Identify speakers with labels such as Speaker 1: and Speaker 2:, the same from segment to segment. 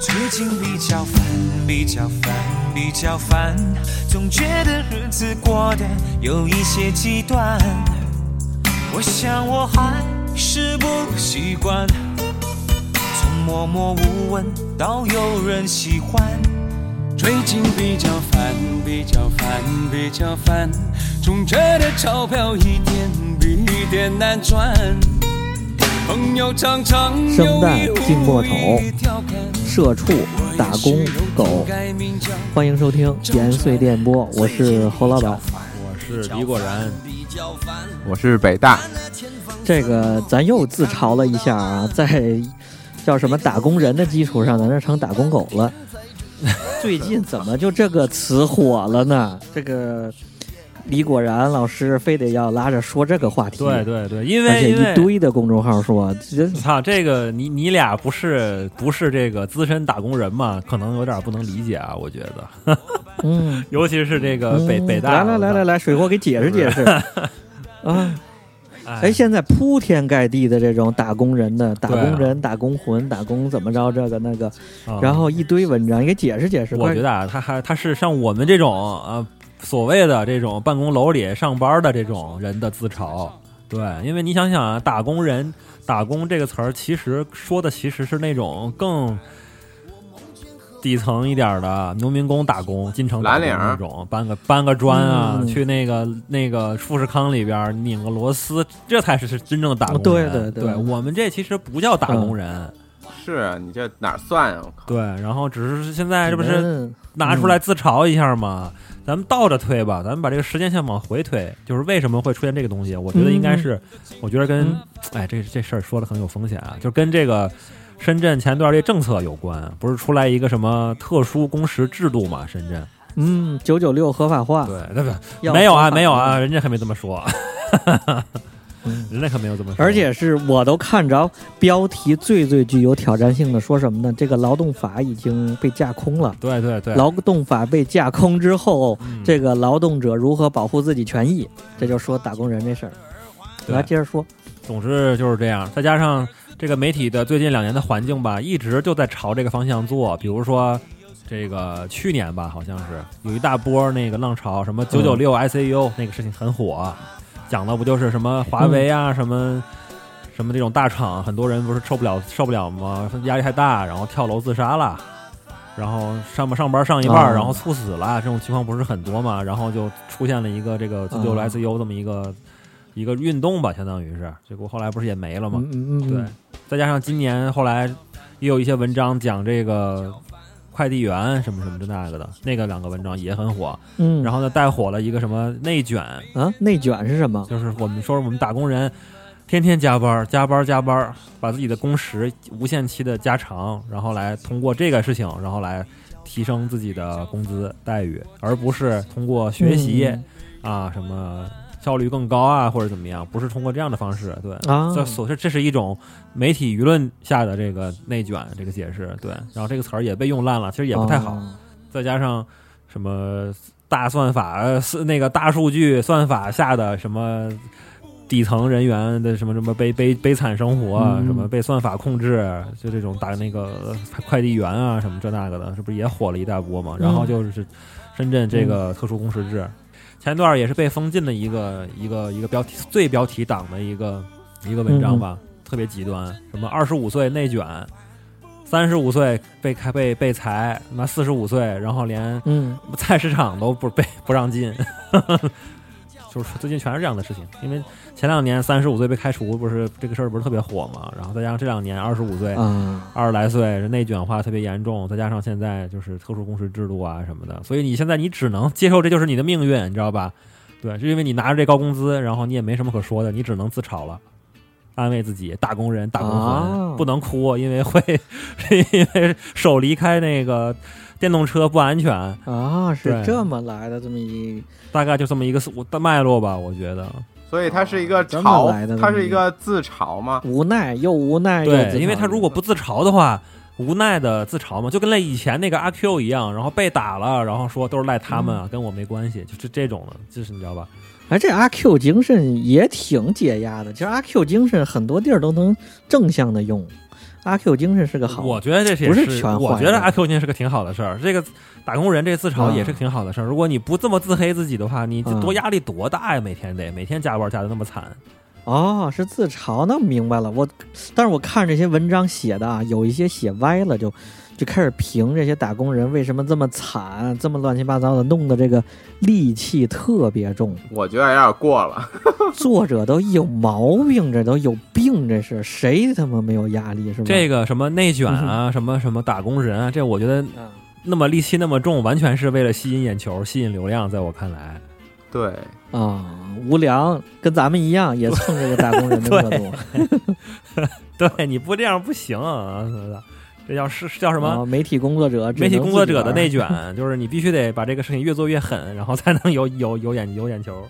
Speaker 1: 最近比较烦，比较烦，比较烦，总觉得日子过得有一些极端。我想我还是不习惯，从默默无闻到有人喜欢。最近比较烦，比较烦，比较烦，总觉得钞票一点比一点难赚。朋友常常
Speaker 2: 圣诞进过头
Speaker 1: 头，
Speaker 2: 社畜、打工狗，欢迎收听延绥电波，我是侯老板。
Speaker 3: 我是李果然，
Speaker 4: 我是北大，
Speaker 2: 这个咱又自嘲了一下啊，在叫什么打工人的基础上，咱这成打工狗 了。最近怎么就这个词火了呢？这个李果然老师非得要拉着说这个话题，
Speaker 3: 对，对对，因
Speaker 2: 而
Speaker 3: 为
Speaker 2: 且
Speaker 3: 因
Speaker 2: 一
Speaker 3: 为。
Speaker 2: 堆的公众号说，这
Speaker 3: 操，这个你你俩不是不是这个资深打工人嘛？可能有点不能理解啊，我觉得，
Speaker 2: 嗯，
Speaker 3: 尤其是这个北、
Speaker 2: 嗯
Speaker 3: 北
Speaker 2: 来
Speaker 3: 大，
Speaker 2: 来来来来，水货给解释解释啊。
Speaker 3: 来
Speaker 2: 哎，现在铺天盖地的这种打工人的打
Speaker 3: 对啊
Speaker 2: 工人、打工魂、打工怎么着这个那个，
Speaker 3: 嗯
Speaker 2: 然后一堆文章，你给解释解释。
Speaker 3: 我
Speaker 2: 快
Speaker 3: 觉得啊，他还他是像我们这种呃所谓的这种办公楼里上班的这种人的自嘲。对，因为你想想啊，打工人“打工”这个词儿，其实说的其实是那种更底层一点儿的农民工打工、进城打工
Speaker 4: 蓝领儿
Speaker 3: 那种，搬个搬个砖啊，
Speaker 2: 嗯
Speaker 3: 去那个那个富士康里边儿拧个螺丝，这才是是真正的打工
Speaker 2: 对
Speaker 3: 人。
Speaker 2: 对对嗯
Speaker 3: 对，我们这其实不叫打工人。
Speaker 4: 是你这哪儿算啊？我靠，
Speaker 3: 对，然后只是现在这不是
Speaker 2: 嗯
Speaker 3: 拿出来自嘲一下嘛。咱们倒着推吧，咱们把这个时间线往回推，就是为什么会出现这个东西？我觉得应该是，我觉得跟，
Speaker 2: 嗯
Speaker 3: 哎，这这事儿说的很有风险啊，就跟这个深圳前段儿这政策有关，不是出来一个什么特殊工时制度嘛？深圳
Speaker 2: 嗯，九九六合法化，
Speaker 3: 对，那不
Speaker 2: 啊要
Speaker 3: 没有啊，
Speaker 2: 合法
Speaker 3: 没有啊，，人家可没这么说，
Speaker 2: 嗯
Speaker 3: 人家可没有这么说，
Speaker 2: 而且是我都看着标题最最具有挑战性的，说什么呢？这个劳动法已经被架空了。
Speaker 3: 对对对，
Speaker 2: 劳动法被架空之后，
Speaker 3: 嗯
Speaker 2: 这个劳动者如何保护自己权益？这就说打工人这事儿。
Speaker 3: 对
Speaker 2: 来，接着说。
Speaker 3: 总之就是这样，再加上这个媒体的最近两年的环境吧，一直就在朝这个方向做。比如说，这个去年吧，好像是有一大波那个浪潮，什么九九六 ICU 那个事情很火，讲的不就是什么华为啊，什么什么这种大厂，很多人不是受不了受不了吗？压力太大，然后跳楼自杀了。然后上班上班上一半儿，
Speaker 2: 哦
Speaker 3: 然后猝死了，这种情况不是很多嘛？然后就出现了一个这个九九六
Speaker 2: 哦
Speaker 3: ICU 这么一个一个运动吧，相当于是，结果后来不是也没了嘛？
Speaker 2: 嗯嗯嗯，
Speaker 3: 对，再加上今年后来也有一些文章讲这个快递员什么什么这那个的，那个两个文章也很火，
Speaker 2: 嗯，
Speaker 3: 然后呢带火了一个什么内卷，
Speaker 2: 啊，内卷是什么？
Speaker 3: 就是我们说我们打工人天天加班儿，加班儿加班儿，把自己的工时无限期的加长，然后来通过这个事情，然后来提升自己的工资待遇，而不是通过学习。
Speaker 2: 嗯
Speaker 3: 啊，什么效率更高啊，或者怎么样，不是通过这样的方式，对，
Speaker 2: 啊
Speaker 3: 这所这这是一种媒体舆论下的这个内卷这个解释，对，然后这个词儿也被用烂了，其实也不太好，
Speaker 2: 哦
Speaker 3: 再加上什么大算法呃是那个大数据算法下的什么。底层人员的什么什么悲悲悲惨生活啊，
Speaker 2: 嗯
Speaker 3: 什么被算法控制，就这种打那个快递员啊，什么这那个的，这不是也火了一大波嘛？然
Speaker 2: 嗯
Speaker 3: 后就是深圳这个特殊工时制，前段儿也是被封禁的一个一个一个标题最标题党的一个一个文章吧，特别极端，什么二十五岁内卷，三十五岁被开被被裁，妈四十五岁，然后连
Speaker 2: 嗯，
Speaker 3: 菜市场都不被不让进， 就是最近全是这样的事情。因为前两年三十五岁被开除，不是这个事儿不是特别火嘛，然后再加上这两年二十五岁。
Speaker 2: 啊，
Speaker 3: 二十来岁内卷化特别严重，再加上现在就是特殊工时制度啊什么的，所以你现在你只能接受这就是你的命运，你知道吧？对，是因为你拿着这高工资，然后你也没什么可说的，你只能自嘲了，安慰自己，打工人，打工魂，
Speaker 2: 啊
Speaker 3: 不能哭，因为会 因为手离开那个电动车不安全，
Speaker 2: 啊，是
Speaker 3: 对
Speaker 2: 这么来的，这么一
Speaker 3: 大概就这么一个思的脉络吧，我觉得。
Speaker 4: 所以它是一个
Speaker 2: 这么
Speaker 4: 潮
Speaker 2: 来的，
Speaker 4: 它是一个自嘲吗？
Speaker 2: 无奈又无奈又自
Speaker 3: 对，
Speaker 2: 嘲
Speaker 3: 因为他如果不自嘲的话，无奈的自嘲嘛，就跟那以前那个阿 Q 一样，然后被打了，然后说都是赖他们啊，
Speaker 2: 嗯
Speaker 3: 跟我没关系，就是这种的，就是你知道吧？
Speaker 2: 哎，这阿 Q 精神也挺解压的。其实阿 Q 精神很多地儿都能正向的用。阿 Q 精神是个好，
Speaker 3: 我觉得这也
Speaker 2: 不是
Speaker 3: 是，
Speaker 2: 全坏
Speaker 3: 我觉得
Speaker 2: 的
Speaker 3: 阿 Q 今天是个挺好的事儿。这个打工人这自嘲
Speaker 2: 嗯
Speaker 3: 也是挺好的事儿。如果你不这么自黑自己的话，你这
Speaker 2: 嗯
Speaker 3: 多压力多大呀？每天得每天加班加的那么惨，
Speaker 2: 哦，是自嘲，那明白了。我，但是我看这些文章写的啊，有一些写歪了就，就开始评这些打工人为什么这么惨，这么乱七八糟的，弄得这个戾气特别重。
Speaker 4: 我觉得有点过了。
Speaker 2: 作者都有毛病，这都有病，这是谁他妈没有压力是吧？
Speaker 3: 这个什么内卷
Speaker 2: 嗯
Speaker 3: 啊，什么什么打工人啊，这我觉得
Speaker 2: 啊
Speaker 3: 那么戾气那么重，完全是为了吸引眼球、吸引流量。在我看来，
Speaker 4: 对，
Speaker 2: 啊，无良跟咱们一样，也蹭这个打工人的 热度，啊
Speaker 3: 对，你不这样不行啊！这叫是这叫什么？
Speaker 2: 啊媒体工作者只能
Speaker 3: 媒
Speaker 2: 自己玩，
Speaker 3: 体工作者的内卷，就是你必须得把这个事情越做越狠，然后才能有有有眼有眼球，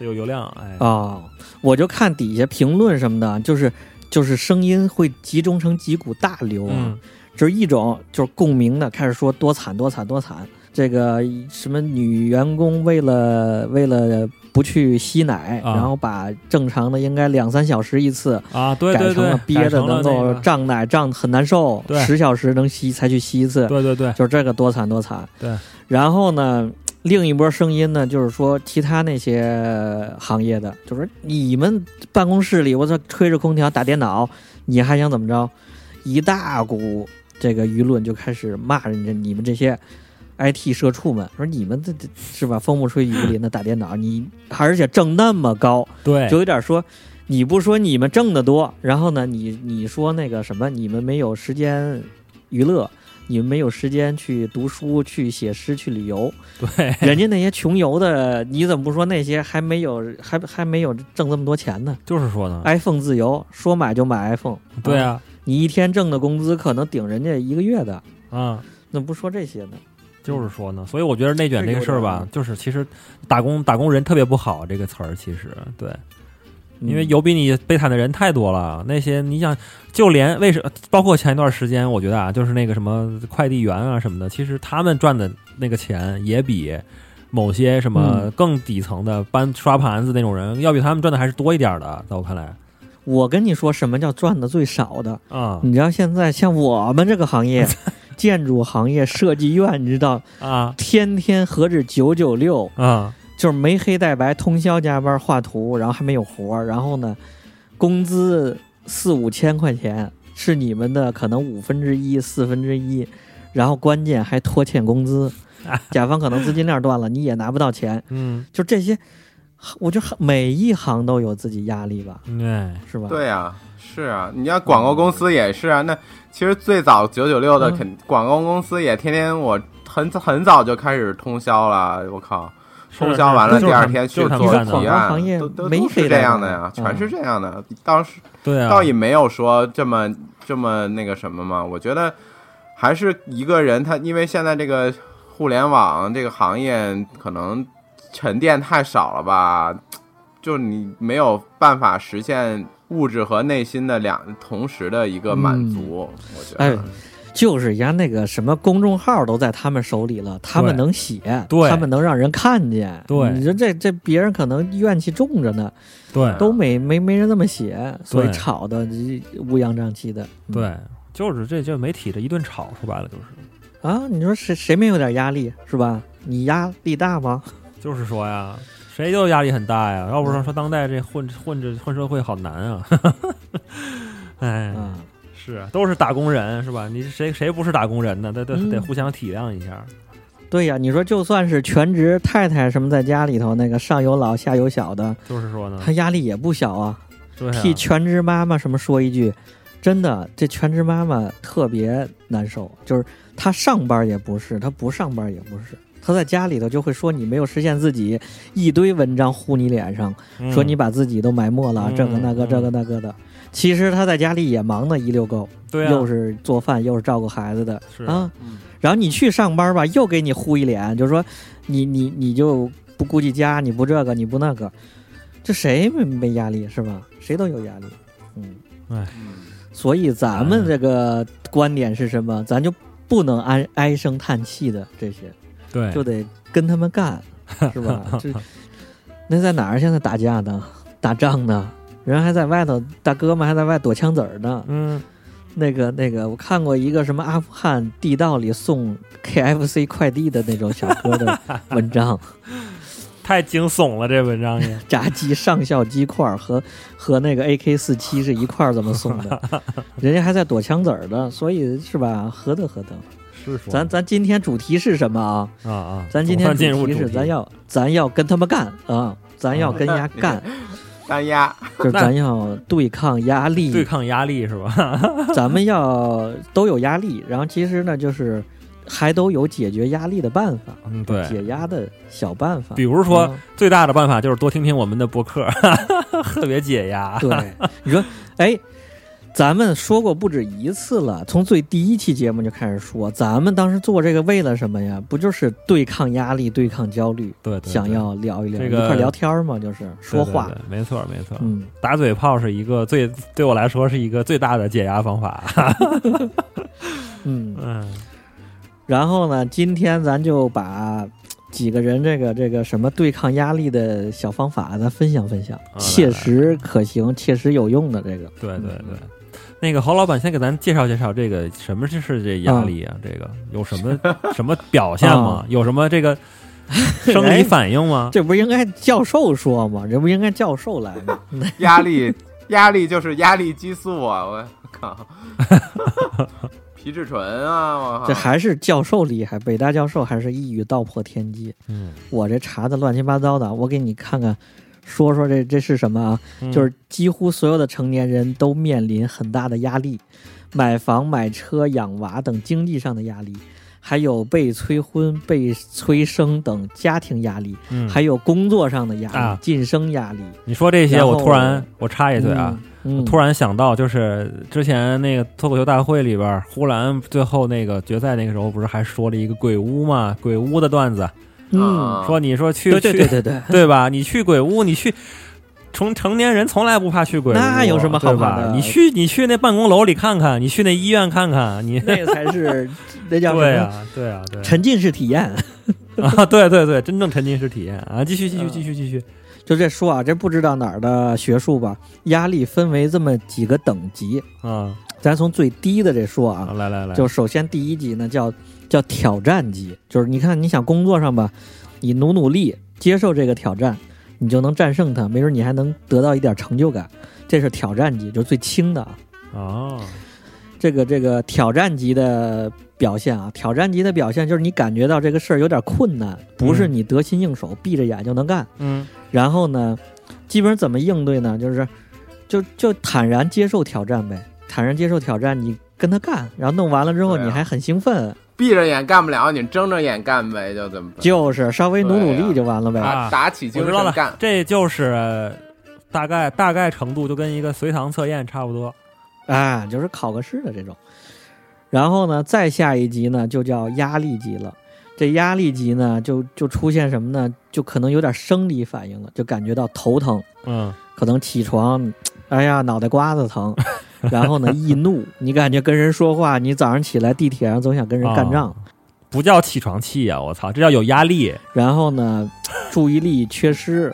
Speaker 3: 有流量。哎，
Speaker 2: 哦，我就看底下评论什么的，就是就是声音会集中成几股大流啊，
Speaker 3: 嗯，
Speaker 2: 就是一种就是共鸣的，开始说多惨多惨多惨。这个什么女员工为了为了不去吸奶，
Speaker 3: 啊
Speaker 2: 然后把正常的应该两三小时一次
Speaker 3: 啊，对
Speaker 2: 改
Speaker 3: 对
Speaker 2: 成
Speaker 3: 对
Speaker 2: 了，憋着
Speaker 3: 改成了
Speaker 2: 能够
Speaker 3: 那个
Speaker 2: 胀奶胀得很难受
Speaker 3: 对，
Speaker 2: 十小时能吸才去吸一次，
Speaker 3: 对对对，
Speaker 2: 就是这个多惨多惨。
Speaker 3: 对，
Speaker 2: 然后呢，另一波声音呢，就是说其他那些呃行业的，就说你们办公室里，我操，吹着空调打电脑，你还想怎么着？一大股这个舆论就开始骂人家你们这些 IT 社畜们，说你们这这是吧，风不吹雨不淋的打电脑，你而且挣那么高，
Speaker 3: 对
Speaker 2: 就有点说。你不说你们挣得多，然后呢，你你说那个什么，你们没有时间娱乐，你们没有时间去读书、去写诗、去旅游。
Speaker 3: 对
Speaker 2: 人家那些穷游的，你怎么不说那些还没有还还没有挣这么多钱呢
Speaker 3: 就是说呢，
Speaker 2: ？iPhone 自由，说买就买 iPhone。
Speaker 3: 嗯对，啊，
Speaker 2: 你一天挣的工资可能顶人家一个月的，
Speaker 3: 啊，
Speaker 2: 怎么不说这些呢？
Speaker 3: 就是说呢，所以我觉得内卷这个事
Speaker 2: 这
Speaker 3: 儿
Speaker 2: 有
Speaker 3: 吧
Speaker 2: 点，
Speaker 3: 就是其实打工打工人特别不好这个词儿，其实对。
Speaker 2: 嗯
Speaker 3: 因为有比你悲惨的人太多了。那些你想，就连为什包括前一段时间，我觉得啊，就是那个什么快递员啊什么的，其实他们赚的那个钱也比某些什么
Speaker 2: 嗯
Speaker 3: 更底层的搬刷盘子那种人，要比他们赚的还是多一点儿的。在我看来，
Speaker 2: 我跟你说，什么叫赚的最少的？
Speaker 3: 啊
Speaker 2: 你知道现在像我们这个行 业，建筑行业、设计院，你知道
Speaker 3: 啊
Speaker 2: 天天何止九九六，
Speaker 3: 啊，
Speaker 2: 就是没黑带白，通宵加班画图，然后还没有活儿，然后呢，工资四五千块钱是你们的可能五分之一、四分之一，然后关键还拖欠工 资，甲方可能资金链断了，你也拿不到钱，
Speaker 3: 嗯，
Speaker 2: 就这些，我觉得每一行都有自己压力吧，
Speaker 3: 对，
Speaker 2: 是吧？
Speaker 4: 对啊，是啊，你要广告公司也是啊。那其实最早九九六的
Speaker 2: 嗯
Speaker 4: 肯、广告公司也天天我很很早就开始通宵了，我靠，通宵完了
Speaker 3: 是啊
Speaker 4: 第二天去
Speaker 3: 就是他们
Speaker 4: 做啊
Speaker 2: 们
Speaker 3: 干
Speaker 2: 广
Speaker 4: 提
Speaker 2: 告
Speaker 3: 的，
Speaker 4: 案
Speaker 2: 行业，
Speaker 4: 都都
Speaker 2: 没
Speaker 4: 都
Speaker 2: 谁
Speaker 4: 是这
Speaker 2: 干
Speaker 4: 样的
Speaker 2: 的
Speaker 4: 呀，
Speaker 2: 嗯
Speaker 4: 全是这样的。当时
Speaker 3: 对啊，
Speaker 4: 倒也没有说这么这么那个什么嘛。我觉得还是一个人他，因为现在这个互联网这个行业可能沉淀太少了吧，就你没有办法实现物质和内心的两同时的一个满足。我觉得，
Speaker 2: 哎就是人家那个什么公众号都在他们手里了，他们
Speaker 3: 对
Speaker 2: 能写，
Speaker 3: 对
Speaker 2: 他们能让人看见。
Speaker 3: 对
Speaker 2: 你说这这别人可能怨气重着呢，
Speaker 3: 对
Speaker 2: 都没没没人这么写，所以
Speaker 3: 嗯对
Speaker 2: 吵得乌泱瘴气的。嗯
Speaker 3: 对，就是这这媒体这一顿炒，说白了就是。
Speaker 2: 啊，你说谁谁没有点压力是吧？你压力大吗？
Speaker 3: 就是说呀，谁都压力很大呀。要不说说当代这混
Speaker 2: 嗯
Speaker 3: 混着混社会好难啊。 哎，
Speaker 2: 啊，
Speaker 3: 是都是打工人是吧？你谁谁不是打工人呢？得得
Speaker 2: 嗯
Speaker 3: 得互相体谅一下。
Speaker 2: 对呀，你说就算是全职太太什么在家里头那个上有老下有小的，
Speaker 3: 就是说呢，
Speaker 2: 她压力也不小啊。
Speaker 3: 嗯对
Speaker 2: 替
Speaker 3: 啊，
Speaker 2: 全职妈妈什么说一句，真的，这全职妈妈特别难受，就是她上班也不是，她不上班也不是，她在家里头就会说你没有实现自己，一堆文章呼你脸上，
Speaker 3: 嗯
Speaker 2: 说你把自己都埋没了，
Speaker 3: 嗯
Speaker 2: 这个那个
Speaker 3: 嗯
Speaker 2: 这个那个的。其实她在家里也忙得一溜够，
Speaker 3: 对啊，
Speaker 2: 又是做饭又是照顾孩子的
Speaker 3: 是
Speaker 2: 啊。
Speaker 4: 嗯
Speaker 2: 然后你去上班吧，又给你呼一脸，就说你你你就不顾及家，你不这个，你不那个，这谁没没压力是吧？谁都有压力，嗯。所以咱
Speaker 3: 哎
Speaker 2: 们这个观点是什么？咱就不能唉唉声叹气的这些，
Speaker 3: 对，
Speaker 2: 就得跟他们干，是吧？这那在哪儿现在打架呢？打仗呢？人还在外头，大哥们还在外躲枪子儿呢。
Speaker 3: 嗯，
Speaker 2: 那个那个，我看过一个什么阿富汗地道里送 KFC 快递的那种小哥的文章，
Speaker 3: 太惊悚了，这文 章也
Speaker 2: 炸鸡上校鸡块儿和和那个 AK 四七是一块儿这么送的，人家还在躲枪子儿的，所以是吧？合得合得。
Speaker 3: 是说
Speaker 2: 咱咱今天主题是什么啊？
Speaker 3: 啊啊，
Speaker 2: 咱今
Speaker 3: 总
Speaker 2: 天
Speaker 3: 算进
Speaker 2: 主
Speaker 3: 入
Speaker 2: 题
Speaker 3: 主
Speaker 2: 是
Speaker 3: 题
Speaker 2: 咱要咱要跟他们干啊，咱要跟丫 干，
Speaker 4: 单压
Speaker 2: 就是咱要对抗压力，
Speaker 3: 对抗压力是吧？
Speaker 2: 咱们要都有压力，然后其实呢，就是还都有解决压力的办法，
Speaker 3: 嗯， 对。
Speaker 2: 解压的小办法。
Speaker 3: 比如说
Speaker 2: 嗯，
Speaker 3: 最大的办法就是多听听我们的播客， 特别解压。
Speaker 2: 啊 对，你说，哎，咱们说过不止一次了，从最第一期节目就开始说，咱们当时做这个为了什么呀？不就是对抗压力、对抗焦虑，
Speaker 3: 对，对
Speaker 2: 想
Speaker 3: 对
Speaker 2: 要聊一聊，
Speaker 3: 这个
Speaker 2: 一块聊天儿嘛，就是说
Speaker 3: 对对
Speaker 2: 话。
Speaker 3: 对没错没错。
Speaker 2: 嗯，
Speaker 3: 打嘴炮是一个最对我来说是一个最大的解压方法。
Speaker 2: 嗯，
Speaker 3: 嗯，
Speaker 2: 然后呢，今天咱就把几个人这个这个什么对抗压力的小方法，咱分享分享，
Speaker 3: 啊来
Speaker 2: 切实可行、切实有用的这个。
Speaker 3: 对对
Speaker 2: 嗯
Speaker 3: 对。那个侯老板，先给咱介绍介绍这个什么是这压力
Speaker 2: 嗯
Speaker 3: 啊？这个有什么什么表现吗？有什么 这个生
Speaker 2: 哎
Speaker 3: 理反应吗？
Speaker 2: 这不是应该教授说吗？这不应该教授来吗？
Speaker 4: 压力，压力就是压力激素啊！我 靠，皮质醇啊！我
Speaker 2: 这
Speaker 4: 靠，
Speaker 2: 还是教授厉害，北大教授还是一语道破天机。
Speaker 3: 嗯，
Speaker 2: 我这查的乱七八糟的，我给你看看，说说这这是什么啊？
Speaker 3: 嗯
Speaker 2: 就是几乎所有的成年人都面临很大的压力，买房、买车、养娃等经济上的压力，还有被催婚、被催生等家庭压力，
Speaker 3: 嗯
Speaker 2: 还有工作上的压力、
Speaker 3: 啊
Speaker 2: 晋升压力。
Speaker 3: 你说这些，
Speaker 2: 然后
Speaker 3: 我突然我插一嘴啊，
Speaker 2: 嗯，嗯，
Speaker 3: 突然想到，就是之前那个脱口秀大会里边，呼兰最后那个决赛那个时候，不是还说了一个鬼屋吗？鬼屋的段子，
Speaker 2: 嗯，
Speaker 4: 啊
Speaker 3: 说你说去
Speaker 2: 对对对
Speaker 3: 去
Speaker 2: 对对，
Speaker 3: 对吧？你去鬼屋，你去。成成年人从来不怕去鬼屋，
Speaker 2: 那有什么好
Speaker 3: 对
Speaker 2: 怕
Speaker 3: 吧
Speaker 2: 的？
Speaker 3: 你去你去那办公楼里看看，你去那医院看 看，你
Speaker 2: 那才是那叫
Speaker 3: 对
Speaker 2: 什么？
Speaker 3: 啊对啊对啊
Speaker 2: 沉浸式体验，
Speaker 3: 啊对对对，真正沉浸式体验啊！继续
Speaker 2: 嗯
Speaker 3: 继续继续继续，
Speaker 2: 就这说啊，这不知道哪儿的学术吧？压力分为这么几个等级，
Speaker 3: 啊，
Speaker 2: 咱从最低的这说啊
Speaker 3: 好，来来来，
Speaker 2: 就首先第一级呢叫叫挑战级，就是你看你想工作上吧，你努努力接受这个挑战，你就能战胜它，没准你还能得到一点成就感。这是挑战级，就是最轻的啊。
Speaker 3: 哦，
Speaker 2: 这个这个挑战级的表现啊，挑战级的表现就是你感觉到这个事儿有点困难，不是你得心应手、闭着眼就能干。
Speaker 3: 嗯
Speaker 2: 然后呢，基本上怎么应对呢？就是就就坦然接受挑战呗，坦然接受挑战，你跟他干，然后弄完了之后
Speaker 4: 对啊
Speaker 2: 你还很兴奋，
Speaker 4: 闭着眼干不了，你睁着眼干呗，就怎么办？
Speaker 2: 就是稍微努努力就完了呗。
Speaker 3: 对啊
Speaker 4: 打打起精
Speaker 3: 我知道了
Speaker 4: 神干，
Speaker 3: 这就是大概大概程度就跟一个随堂测验差不多。
Speaker 2: 啊，就是考个试的这种。然后呢，再下一级呢就叫压力级了。这压力级呢，就就出现什么呢？就可能有点生理反应了，就感觉到头疼，
Speaker 3: 嗯，
Speaker 2: 可能起床，哎呀，脑袋瓜子 疼。然后呢，易怒，你感觉跟人说话，你早上起来地铁上总想跟人干
Speaker 3: 啊
Speaker 2: 仗。
Speaker 3: 不叫起床气啊呀、我操，这叫有压力。
Speaker 2: 然后呢，注意力缺失，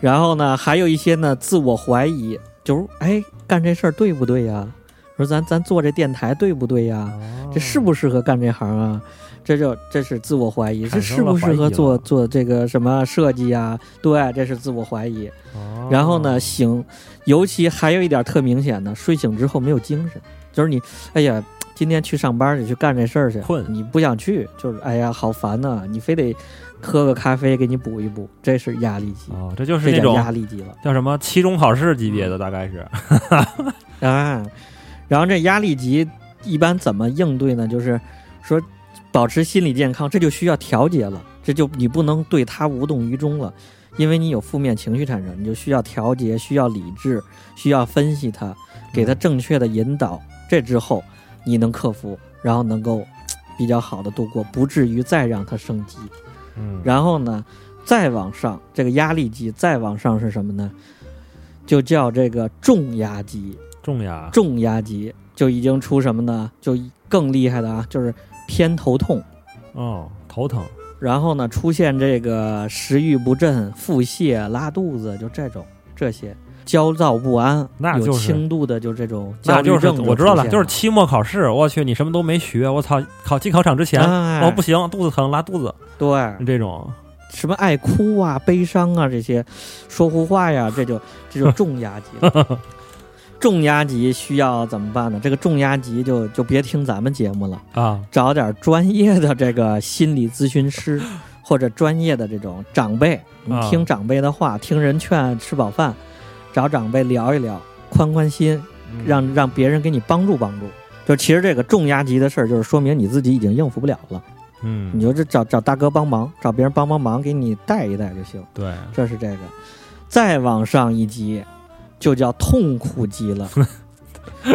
Speaker 2: 然后呢，还有一些呢自我怀疑，就是哎，干这事儿对不对呀？说咱咱做这电台对不对呀？啊这适不适合干这行啊？这就这是自我怀疑，这
Speaker 3: 产
Speaker 2: 适
Speaker 3: 生
Speaker 2: 不
Speaker 3: 了
Speaker 2: 适合做
Speaker 3: 怀疑了
Speaker 2: 做这个什么设计呀？对，这是自我怀疑。
Speaker 3: 哦
Speaker 2: 然后呢，？醒，尤其还有一点特明显的，睡醒之后没有精神，就是你，哎呀，今天去上班去，去干这事儿去，
Speaker 3: 困
Speaker 2: 你不想去，就是哎呀，好烦呐、你非得喝个咖啡给你补一补，这是压力级，
Speaker 3: 哦，这就是
Speaker 2: 这
Speaker 3: 那
Speaker 2: 叫
Speaker 3: 种
Speaker 2: 压力嗯级了
Speaker 3: 叫什么期中考试级别的，大概是。
Speaker 2: 啊。然后这压力级一般怎么应对呢？就是说保持心理健康，这就需要调节了，这就你不能对它无动于衷了。因为你有负面情绪产生，你就需要调节，需要理智，需要分析它，给他正确的引导，这之后你能克服，然后能够比较好的度过，不至于再让它升级。
Speaker 3: 嗯，
Speaker 2: 然后呢，再往上，这个压力级再往上是什么呢？就叫这个重压级，
Speaker 3: 重压。
Speaker 2: 重压级就已经出什么呢？就更厉害的啊，就是偏头痛，
Speaker 3: 哦，头疼。
Speaker 2: 然后呢出现这个食欲不振、腹泻、拉肚子，就这种这些。焦躁不安，
Speaker 3: 那
Speaker 2: 有
Speaker 3: 就是
Speaker 2: 轻度的就这种焦
Speaker 3: 那
Speaker 2: 虑
Speaker 3: 就是
Speaker 2: 症。
Speaker 3: 我知道了，就是期末考试，我去，你什么都没学，我操，考进考场之前，
Speaker 2: 哎
Speaker 3: 哦不行，肚子疼，拉肚子，
Speaker 2: 对
Speaker 3: 这种，
Speaker 2: 哎什么爱哭啊、悲伤啊这些，说胡话呀，这就这就重压级 了。重压级需要怎么办呢？这个重压级就就别听咱们节目了，
Speaker 3: 啊，
Speaker 2: 找点专业的这个心理咨询 师或者专业的这种长辈，你
Speaker 3: 啊
Speaker 2: 听长辈的话，听人劝，吃饱饭，找长辈聊一聊，宽宽心，
Speaker 3: 嗯
Speaker 2: 让让别人给你帮助帮助。就其实这个重压级的事儿，就是说明你自己已经应付不了了，你
Speaker 3: 嗯，
Speaker 2: 就这找找大哥帮忙，找别人帮帮忙，给你带一带就行。
Speaker 3: 对，
Speaker 2: 这是这个，再往上一级就叫痛苦级 了。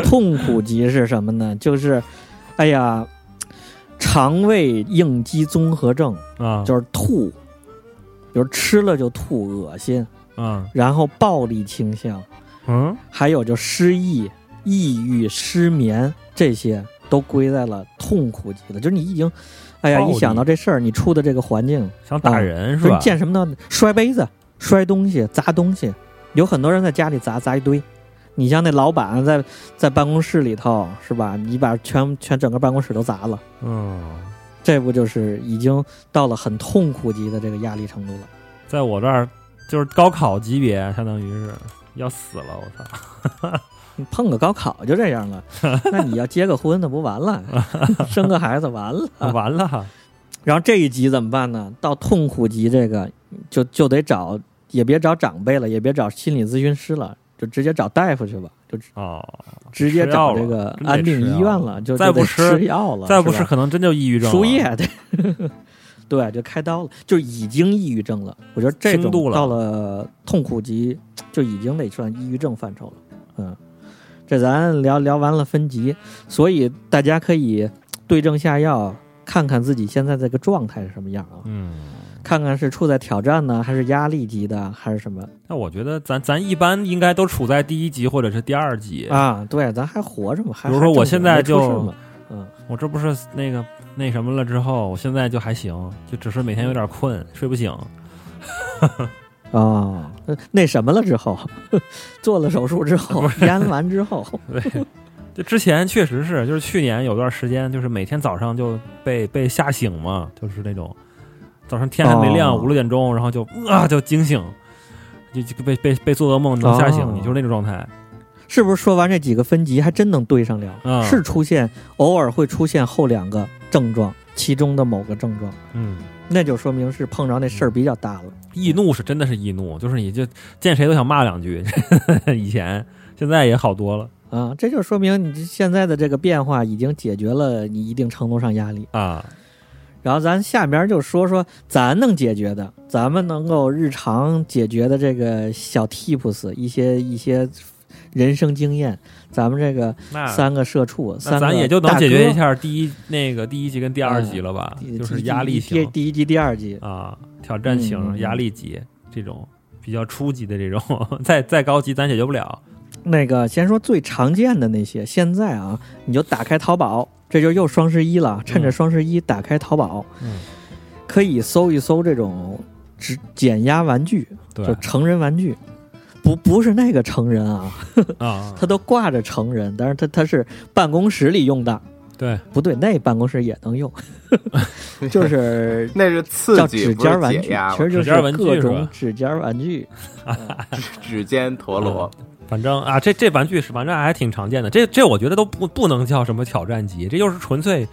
Speaker 2: 痛苦级是什么呢？就是，哎呀，肠胃应激综合症，
Speaker 3: 啊，
Speaker 2: 就是吐，比如吃了就吐、恶心，
Speaker 3: 嗯
Speaker 2: 然后暴力倾向，
Speaker 3: 嗯，
Speaker 2: 还有就失忆、抑郁、失眠这些都归在了痛苦级了。就是你已经，哎呀，
Speaker 3: 暴力
Speaker 2: 一想到这事儿，你处的这个环境，
Speaker 3: 想打人
Speaker 2: 就
Speaker 3: 是
Speaker 2: 是
Speaker 3: 吧？
Speaker 2: 见什么呢？摔杯子、摔东西、砸东西，有很多人在家里砸砸一堆。你像那老板在在办公室里头是吧？你把全全整个办公室都砸了，
Speaker 3: 嗯，
Speaker 2: 这不就是已经到了很痛苦级的这个压力程度了？
Speaker 3: 在我这儿就是高考级别，相当于是要死了，我 操，
Speaker 2: 你碰个高考就这样 了，那你要结个婚，那不完了？ 生个孩子完了？
Speaker 3: 完了，
Speaker 2: 然后这一级怎么办呢？到痛苦级这个，就就得找，也别找长辈了，也别找心理咨询师了，就直接找大夫去吧，就
Speaker 3: 哦，
Speaker 2: 直接找这个安定医院了，就
Speaker 3: 再不
Speaker 2: 就得
Speaker 3: 吃
Speaker 2: 吃药了，
Speaker 3: 再不吃
Speaker 2: 是吧
Speaker 3: 可能真就抑郁症了，
Speaker 2: 输液，对， 对，就开刀了，就已经抑郁症了。我觉得这
Speaker 3: 轻
Speaker 2: 种
Speaker 3: 度了
Speaker 2: 到了痛苦级，就已经得算抑郁症范畴了。嗯，这咱聊聊完了分级，所以大家可以对症下药，看看自己现在这个状态是什么样啊，
Speaker 3: 嗯。
Speaker 2: 看看是处在挑战呢，还是压力级的，还是什么
Speaker 3: 那我觉得咱咱一般应该都处在第一级或者是第二级，
Speaker 2: 啊？对，咱还活着嘛？还
Speaker 3: 比如说我现在
Speaker 2: 还正经没
Speaker 3: 就
Speaker 2: 出事嘛嗯。
Speaker 3: 我这不是那个那什么了之后，我现在就还行，就只是每天有点困，睡不醒。
Speaker 2: 哦，呃那什么了之后， 做了手术之后，腌完之后，
Speaker 3: 对，就之前确实是，就是去年有段时间，就是每天早上就被被吓醒嘛，就是那种早上天还没亮，
Speaker 2: 哦
Speaker 3: 五六点钟，然后就啊就惊醒，就就被被被做噩梦能吓醒，
Speaker 2: 哦
Speaker 3: 你就是那种状态。
Speaker 2: 是不是说完这几个分级还真能对上了？
Speaker 3: 嗯
Speaker 2: 是出现偶尔会出现后两个症状，其中的某个症状，
Speaker 3: 嗯，
Speaker 2: 那就说明是碰着那事儿比较大了。
Speaker 3: 易怒是真的是易怒，就是你就见谁都想骂两句。 以前现在也好多了
Speaker 2: 啊，这就说明你这现在的这个变化已经解决了你一定程度上压力。
Speaker 3: 啊。
Speaker 2: 然后咱下面就说说咱能解决的，咱们能够日常解决的这个小 tips，一些一些人生经验，咱们这个
Speaker 3: 那
Speaker 2: 三个社畜，
Speaker 3: 那
Speaker 2: 三个
Speaker 3: 咱也就能
Speaker 2: 大
Speaker 3: 解决
Speaker 2: 哥嗯
Speaker 3: 一。下第一那个第一级跟第二级了吧，
Speaker 2: 第
Speaker 3: 就
Speaker 2: 第
Speaker 3: 是
Speaker 2: 一
Speaker 3: 压力
Speaker 2: 第一
Speaker 3: 型
Speaker 2: 第一季、第二季，
Speaker 3: 啊，挑战型、
Speaker 2: 嗯嗯嗯
Speaker 3: 压力级这种比较初级的这种，再再高级咱解决不了。
Speaker 2: 那个先说最常见的那些。现在啊，你就打开淘宝，这就又双十一了，趁着
Speaker 3: 嗯
Speaker 2: 双十一打开淘宝，
Speaker 3: 嗯，
Speaker 2: 可以搜一搜这种只减压玩具，
Speaker 3: 对
Speaker 2: 就成人玩具。不不是那个成人啊，
Speaker 3: 啊，
Speaker 2: 它都挂着成人，但是它它是办公室里用的，
Speaker 3: 对，
Speaker 2: 不对，那办公室也能 用，就是
Speaker 4: 那是刺
Speaker 2: 叫
Speaker 4: 激，
Speaker 2: 指
Speaker 4: 不
Speaker 2: 尖
Speaker 4: 是
Speaker 2: 玩
Speaker 4: 解
Speaker 2: 具，
Speaker 4: 压
Speaker 2: 其，实就
Speaker 3: 指尖
Speaker 2: 是
Speaker 3: 玩具
Speaker 2: 各
Speaker 3: 是
Speaker 2: 种
Speaker 3: 吧
Speaker 2: 指尖玩具。
Speaker 4: 指尖陀螺。
Speaker 3: 反正啊，这这玩具是反正还挺常见的，这这我觉得都不不能叫什么挑战级，这就是纯粹